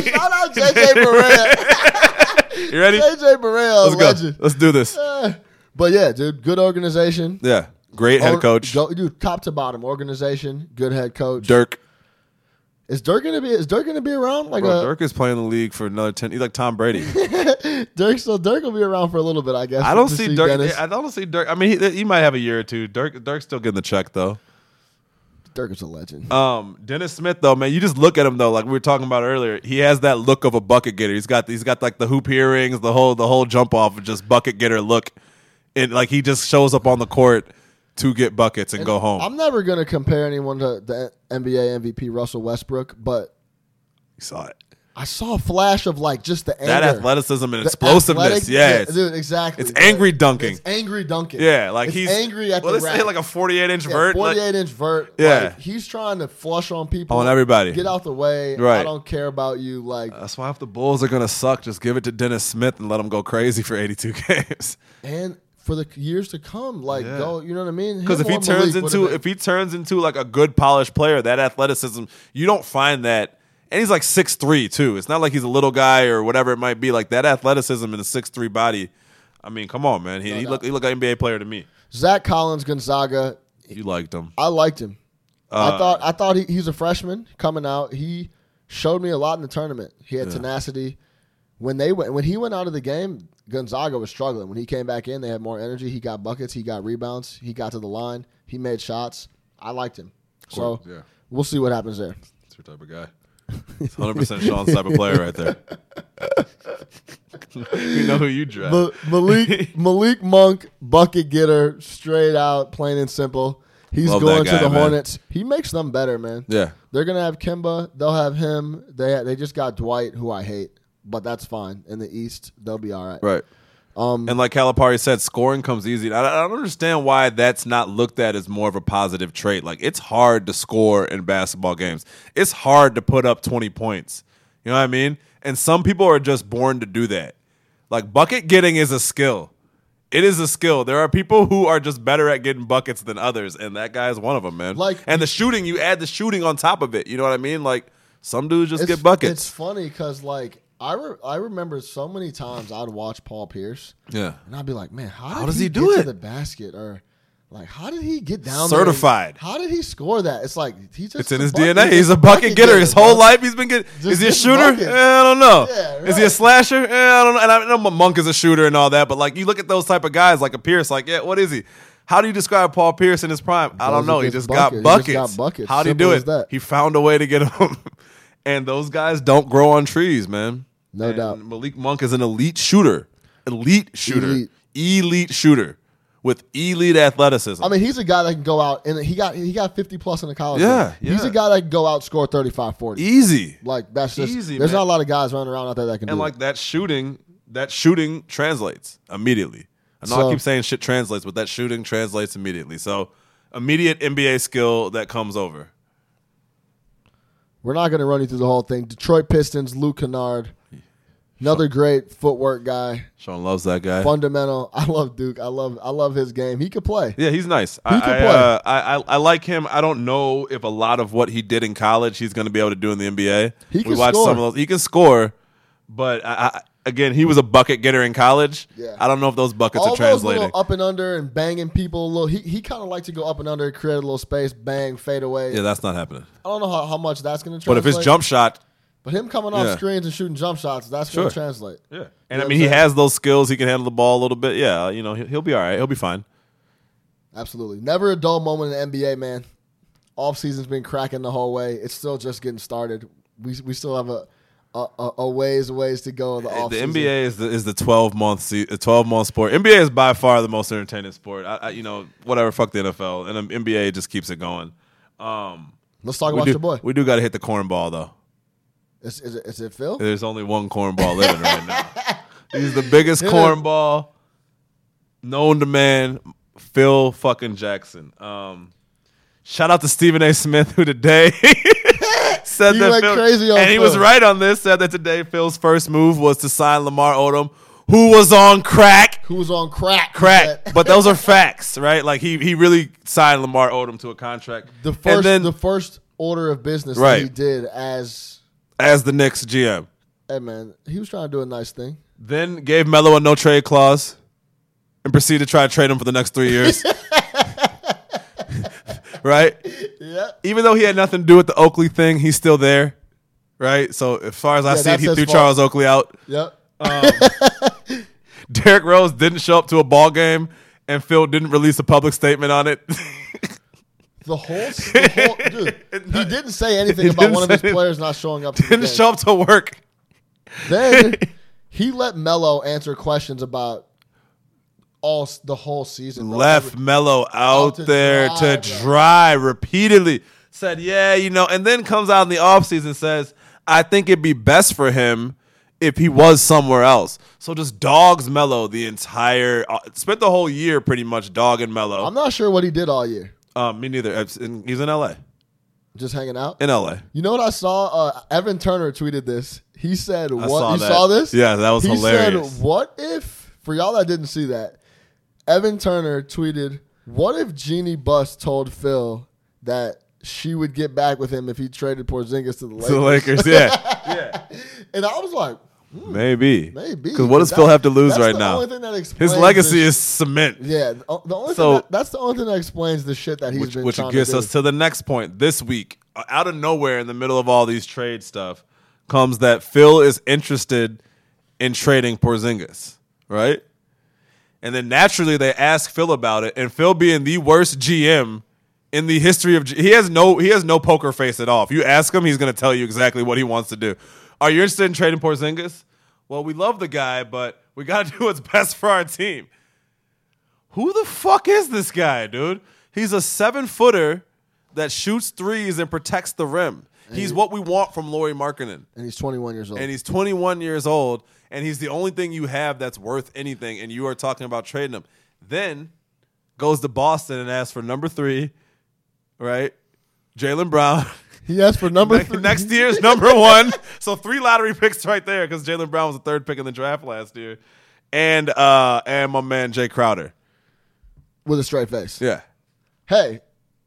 shout out JJ
[laughs]
Barea.
You ready?
JJ Barea,
let's
legend.
go. Let's do this.
Eh, But yeah, dude, good organization.
Yeah, great
Or-
head coach
go- dude, top to bottom organization, good head coach.
Dirk.
Is Dirk gonna be? Is Dirk gonna be around? Like uh,
Bro,
a,
Dirk is playing the league for another ten. He's like Tom
[laughs]
Brady.
Dirk, so Dirk will be around for a little bit, I guess.
I don't
to
see Dirk.
Dennis.
I don't see Dirk. I mean, he, he might have a year or two. Dirk. Dirk's still getting the check though.
Dirk is a legend.
Um, Dennis Smith though, man, you just look at him though, like we were talking about earlier. He has that look of a bucket getter. He's got he's got like the hoop earrings, the whole the whole jump off, just bucket getter look, and like he just shows up on the court to get buckets and, go home.
I'm never gonna compare anyone to the NBA MVP Russell Westbrook, but
you saw it.
I saw a flash of like just the anger,
That athleticism and
The
explosiveness.
athletic-
yeah, it's-
dude, exactly.
it's angry dunking.
It's angry dunking.
yeah, like
It's
he's
angry at
well,
the
let's say
rack.
like a 48 inch
Yeah,
vert. like-
48 inch vert.
Yeah.
like, he's trying to flush on people,
On everybody.
Get out the way. I
Right.
don't care about you. Like
that's why if the Bulls are gonna suck, just give it to Dennis Smith and let him go crazy for 82 [laughs] games.
and for the years to come, like
Yeah.
go. You know what I mean?
Because
Him
if he
or
turns
Malik would've
into
been-
if he turns into like a good polished player, that athleticism you don't find that. And he's like six three too. It's not like he's a little guy or whatever it might be. Like that athleticism in a six three body. I mean, come on, man. He, he
doubt.
look he look like an NBA player to me.
Zach Collins Gonzaga,
You liked him.
I liked him. I
Uh,
thought I thought he, he's a freshman coming out. He showed me a lot in the tournament. He had tenacity. When they went when he went out of the game, Gonzaga was struggling. When he came back in, they had more energy. He got buckets. He got rebounds. He got to the line. He made shots. I liked him. So
course, yeah.
we'll see what happens there.
It's your type of guy. [laughs] Hundred percent Sean's type of player right [laughs] there. you know who you
[laughs]
draft.
Ma- Malik Malik Monk bucket getter straight out plain and simple. He's
Love that
going
guy,
to the
man.
Hornets. He makes them better, man.
yeah.
They're gonna have Kimba. They'll have him. They they just got Dwight, who I hate, but that's fine. In the East, they'll be all right.
Right. Um, and like Calipari said, scoring comes easy. I, I don't understand why that's not looked at as more of a positive trait. Like it's hard to score in basketball games. It's hard to put up twenty points. You know what I mean? And some people are just born to do that. Like bucket getting is a skill. It is a skill. There are people who are just better at getting buckets than others, and that guy is one of them, man.
Like-
and the shooting, you add the shooting on top of it. You know what I mean? Like some dudes just
It's,
get buckets.
It's funny because like I re- I remember so many times I'd watch Paul Pierce
yeah,
and I'd be like, man, how,
How
did
does
he,
he do
get To
it?
the basket or like how did he get down?
Certified.
There? and- How did he score that? It's like he's just
It's in
a
his
bucket-
DNA. He's a bucket getter. His
bro.
whole life he's been getting.
Just
is he a
getting
shooter?
buckets.
Eh, I don't know.
Yeah,
Is he a
right.
slasher? Eh, I don't know. And I know my monk is a shooter and all that, but like you look at those type of guys like a Pierce, like yeah, what is he? How do you describe Paul Pierce in his prime? I
Goes
don't know. He
against
just got
buckets.
buckets.
He just got buckets.
How do you
Simple
do
as that.
it? He found a way to get them. [laughs] and those guys don't grow on trees, man.
No
And
doubt.
Malik Monk is an elite shooter. Elite shooter.
Elite.
Elite, shooter with elite athleticism.
I mean, he's a guy that can go out and he got he got 50 plus in the college.
Yeah,
game. He's
yeah.
a guy that can go out score 35 40.
Easy.
Like that's just
Easy,
there's
man.
not a lot of guys running around out there that can
and
do
like that shooting, that shooting translates immediately. I know
So-
I keep saying shit translates, but that shooting translates immediately. So immediate NBA skill that comes over.
it. We're not going to run you through the whole thing. Detroit Pistons, Luke Kennard, another great footwork
[laughs]
guy,
Sean loves that guy.
fundamental. I love Duke. I love I love his game. He could play.
Yeah, he's nice.
He
I,
can
I,
play.
uh, I, I I like him. I don't know if a lot of what he did in college he's going to be able to do in the NBA.
He can
we watched
score.
some of those. He can score, but I, I, again, he was a bucket getter in college.
Yeah.
I don't know if those buckets
All
are
those
translating.
little up and under and banging people. A little, he he kind of liked to go up and under, create a little space, bang, fade away.
yeah, that's not happening.
I don't know how, how much that's going to
But
translate.
if his jump shot
but him coming off
Yeah.
screens and shooting jump shots, that's going
Sure.
to translate.
Yeah,
You
and
know
I
what
mean
I'm
he
saying?
has those skills. He can handle the ball a little bit. Yeah, you know he- he'll be all right. He'll be fine.
Absolutely. Never a dull moment in the NBA, man. Off season's been cracking the whole way. It's still just getting started. We we still have a a, a, a ways ways to go. in The off
the NBA is the is the twelve month se- uh, twelve month sport. NBA is by far the most entertaining sport. I, I you know whatever fuck the NFL and um, NBA just keeps it going. Um,
Let's talk
we
about
do
your boy.
we do got to hit the cornball though.
Is, is, it, is it Phil?
There's only one cornball living right
[laughs]
now. He's the biggest
Hit him.
cornball known to man, Phil fucking Jackson. Um, shout out to Stephen A. Smith who today [laughs] said
He
that
went
Phil-
crazy on
and he
Phil.
was right on this. Said that today Phil's first move was to sign Lamar Odom, who was on crack,
Who was on crack?
crack.
That-
But those are facts, right? Like he he really signed Lamar Odom to a contract.
the
And
first,
then-
the first order of business
Right.
that he did as,
as the next GM.
hey man, he was trying to do a nice thing.
Then gave Melo a no trade clause and proceeded to try to trade him for the next
[laughs]
three years. right?
Yeah,
Even though he had nothing to do with the Oakley thing, he's still there. Right? So as far as I
Yeah,
see it,
that's
he
his
threw
fault.
Charles Oakley out. [laughs]
yep.
Derrick Rose didn't show up to a ball game and Phil didn't release a public statement on it. [laughs]
The whole, the whole dude, he didn't say anything
He
about
didn't
one of his
say-
players not showing up. To the
didn't
game.
show up to work. [laughs]
Then he let Melo answer questions about all s- the whole season. bro.
left Mello out
to
there
dry,
to
bro.
dry repeatedly. Said, yeah, you know, and then comes out in the offseason and says, I think it'd be best for him if he was somewhere else. So just dogs Mello the entire, uh, spent the whole year pretty much dogging
I'm
Mello.
not sure what he did all year,
Um, me neither. It's in- He's in LA.
just hanging out.
In LA.
You know what I saw? Uh, Evan Turner tweeted this. He said, "What
saw
you
that.
saw this?
Yeah, that was
he
hilarious.
said, "What if?" For y'all that didn't see that, Evan Turner tweeted, "What if Jeannie Buss told Phil that she would get back with him if he traded Porzingis to the Lakers?"
To [laughs] the
[laughs]
Lakers, yeah. yeah.
and I was like,
Maybe.
maybe
Because what does Phil have to lose
that's
right
the
now?
Only thing that
His
explains
legacy
this-
is cement.
yeah. The, the only
So-
thing that, that's the only thing that explains the shit that he's
which,
been
which
trying
gets
to do.
us to the next point this week uh, out of nowhere in the middle of all these trade stuff comes that phil is interested in trading porzingis right and then naturally they ask phil about it and phil being the worst gm in the history of G- he has no he has no poker face at all if you ask him he's going to tell you exactly what he wants to do are you interested in trading porzingis well we love the guy but we got to [laughs] do what's best for our team who the fuck is this guy, dude? He's a seven footer that shoots threes and protects the rim. He's what we want from Laurie Markkinen.
and he's 21 years old.
And he's 21 years old, and he's the only thing you have that's worth anything, and you are talking about trading him. Then goes to Boston and asks for number three, right? Jalen Brown. [laughs]
he asked for number
Next,
three.
next year's number one. So three lottery picks right there because Jalen Brown was the third pick in the draft last year. And uh and my man Jay Crowder.
with a straight face.
Yeah.
Hey,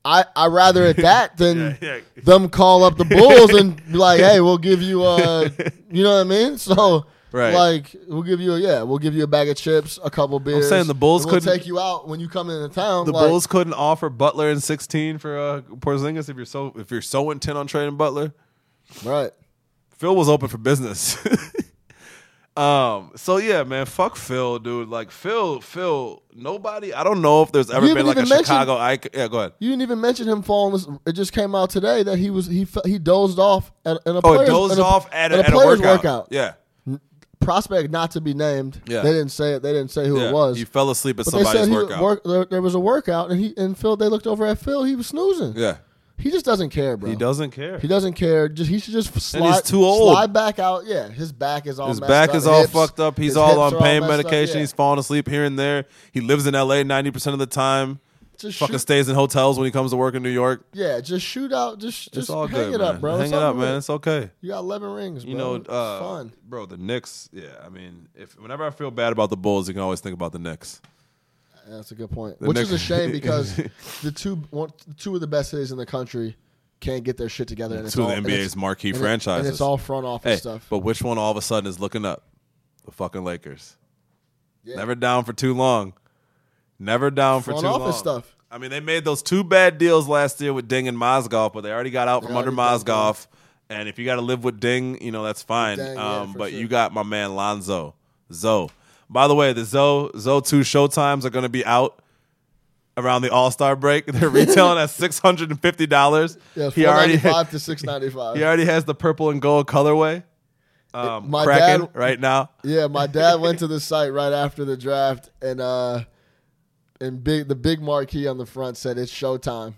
I I rather at that than
[laughs] Yeah, yeah.
them call up the Bulls and
[laughs]
be like, hey, we'll give you uh, you know what I mean? So.
Right.
Like we'll give you a yeah, we'll give you a bag of chips, a couple beers.
saying the Bulls
and we'll
couldn't-
take you out when you come into town.
The
like,
Bulls couldn't offer Butler and sixteen for uh, Porzingis if you're so if you're so intent on trading Butler.
right?
Phil was open for business. [laughs] um. So yeah, man, fuck Phil, dude. Like Phil, Phil. Nobody. I don't know if there's ever
You haven't
been like a
even mentioned-
Chicago icon. Yeah, go ahead.
You didn't even mention him falling. as- It just came out today that he was he fe- he dozed off at, at a
Oh,
players,
it dozed
at a,
off
at
at, a, at a
players
workout.
workout.
Yeah,
Prospect not to be named.
Yeah.
They didn't say it. They didn't say who
yeah.
it was.
You fell asleep at
but they said
somebody's
he
workout.
work, there, there was a workout and he and Phil. They looked over at Phil. He was snoozing.
yeah,
He just doesn't care, bro.
he doesn't care.
He doesn't care. Just he should just slide.
too old.
Slide back out. Yeah, his back is all.
His
messed
back
up.
is all
hips-
fucked up. He's
his
all
hips
on
are
pain
messed up,
medication.
yeah.
He's falling asleep here and there. He lives in L.A. ninety percent of the time.
Just
Fucking
shoot-
stays in hotels when he comes to work in New York.
yeah. Just shoot out. Just just
it's all
hang
good,
it
man.
up, bro.
Hang
It's
it
all
up, man.
good.
It's okay.
You got eleven rings, bro.
You know,
It's
uh,
fun.
bro, the Knicks. Yeah, I mean, if whenever I feel bad about the Bulls, you can always think about the Knicks.
That's a good point. Which is a
next- [laughs]
shame because the two one, two of the best cities in the country can't get their shit together. And it's
Two of
all,
the
and
NBA's
it's-
marquee
and it-
franchises.
and it's all front office
hey,
stuff.
but which one all of a sudden is looking up? The fucking Lakers.
Yeah.
Never down for too long. Never down for
Front
too long.
office stuff.
I mean, they made those two bad deals last year with Ding and Mozgov, but they already got out from under
already got out.
Mozgov. And if you got to live with Ding, you know that's fine.
Ding, yeah,
um,
for
but
sure.
you got my man Lonzo, Zoe. By the way, the Zoe Zoe two showtimes are going to be out around the All Star break. [laughs]
[laughs]
They're retailing at six hundred and fifty dollars.
yeah, it's
he already [laughs]
five to six ninety
he
five.
already has the purple and gold colorway. Um,
my
cracking
dad-
right now.
Yeah, my dad went to the site right after the draft, and uh, and big the big marquee on the front said it's showtime.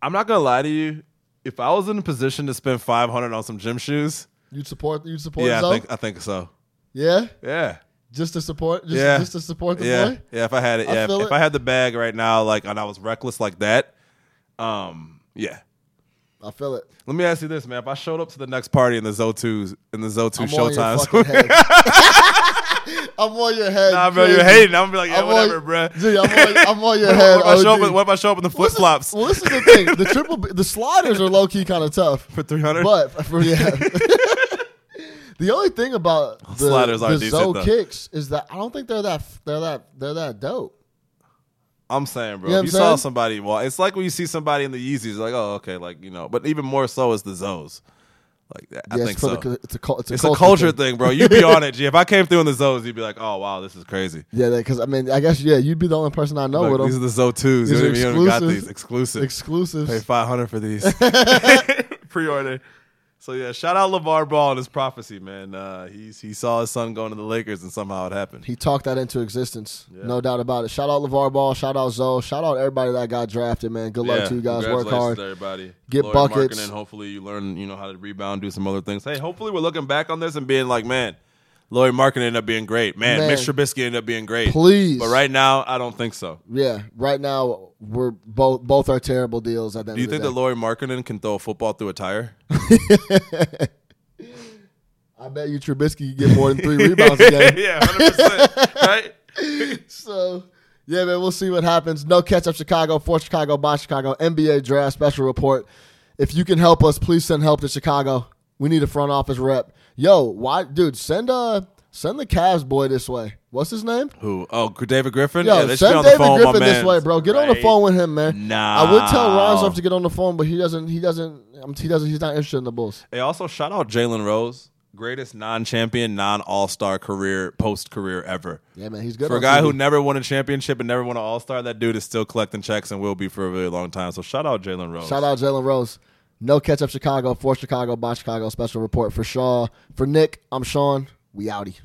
I'm not gonna lie to you. If I was in a position to spend five hundred on some gym shoes,
You support you support
yeah, I
Zoe?
think I think so.
yeah,
Yeah,
just to support just,
Yeah.
just to support the
yeah,
boy.
yeah. If I had it,
I
yeah. If,
feel
if
it.
I had the bag right now, like, and I was reckless like that, um, yeah,
I feel it.
Let me ask you this, man. If I showed up to the next party in the Zotus in the Zotu
I'm on your
[laughs]
fucking
showtimes,
head.
[laughs]
I'm on your head.
nah, bro, you're
crazy.
hating. I'm gonna be like, yeah,
I'm on-
whatever, bro. [laughs]
Dude, I'm on, I'm on your
What
head.
if I show up
OG.
in- what if I show up in the
Well,
flip
this is-
flops
Well, this is the thing. The triple, B- the sliders are low key kind of tough,
[laughs] for 300?
but for, yeah. [laughs] the only thing about the,
Sliders are
the
decent,
Zoe
though.
kicks is that I don't think they're that they're that they're that dope.
I'm saying, bro,
You know
if you
what I'm
saw
saying?
somebody walk, it's like when you see somebody in the Yeezys, like, oh, okay, like you know. But even more so is the Zos. Like, I
Yeah,
think
it's for
so.
the cu- it's a cul- it's a
it's
culture,
a culture
thing.
thing. bro. You'd
[laughs]
be on it, G. If I came through in the Zos, you'd be like, oh wow, this is crazy.
Yeah, because I mean, I guess yeah, you'd be the only person I know
Like,
with
these
them.
are the Zotus. You,
These
know
are
what I mean? you haven't got
exclusive.
these exclusive.
Exclusives.
Pay five hundred for these.
[laughs]
[laughs] Pre-order. So yeah, shout out LeVar Ball and his prophecy, man. Uh, he's he saw his son going to the Lakers and somehow it happened.
He talked that into existence, no doubt about it. Shout out LeVar Ball, shout out Zoe, shout out everybody that got drafted, man. Good luck
Yeah,
to you guys. Work
congratulations
hard.
to everybody.
Get
Lori
buckets.
Markkinen, hopefully you learn, you know, how to rebound, do some other things. Hey, hopefully we're looking back on this and being like, man, Lori Markin ended up being great. Man,
Man.
Mitch Trubisky ended up being great.
Please,
But right now, I don't think so.
yeah, right now we're both both are terrible deals. At the end
Do you
of the
think
day.
that Lori Markkinen can throw a football through a tire?
[laughs] I bet you Trubisky could get more than three rebounds a game.
[laughs] yeah, 100%. right?
So yeah, man, we'll see what happens. No catch up Chicago for Chicago by Chicago NBA draft special report. If you can help us, please send help to Chicago. We need a front office rep. Yo, why, dude? Send uh, send the Cavs boy this way. What's his name?
Who? Oh, David Griffin?
Yo,
yeah, they should be
send
on the
David
phone,
Griffin
my
this
man.
way, bro. Get on the
Right.
phone with him, man.
Nah.
I would tell Ronzoff to get on the phone, but he doesn't. He doesn't. um, He doesn't. He's not interested in the Bulls.
Hey, also shout out Jalen Rose, greatest non-champion, non-all-star career, post-career ever.
Yeah, man, he's good
For a
on
guy
TV.
who never won a championship and never won an All Star, that dude is still collecting checks and will be for a really long time. So shout out Jalen Rose.
Shout out Jalen Rose. No catch up Chicago for Chicago by Chicago. Special report for Shaw. For Nick, I'm Sean. We outie.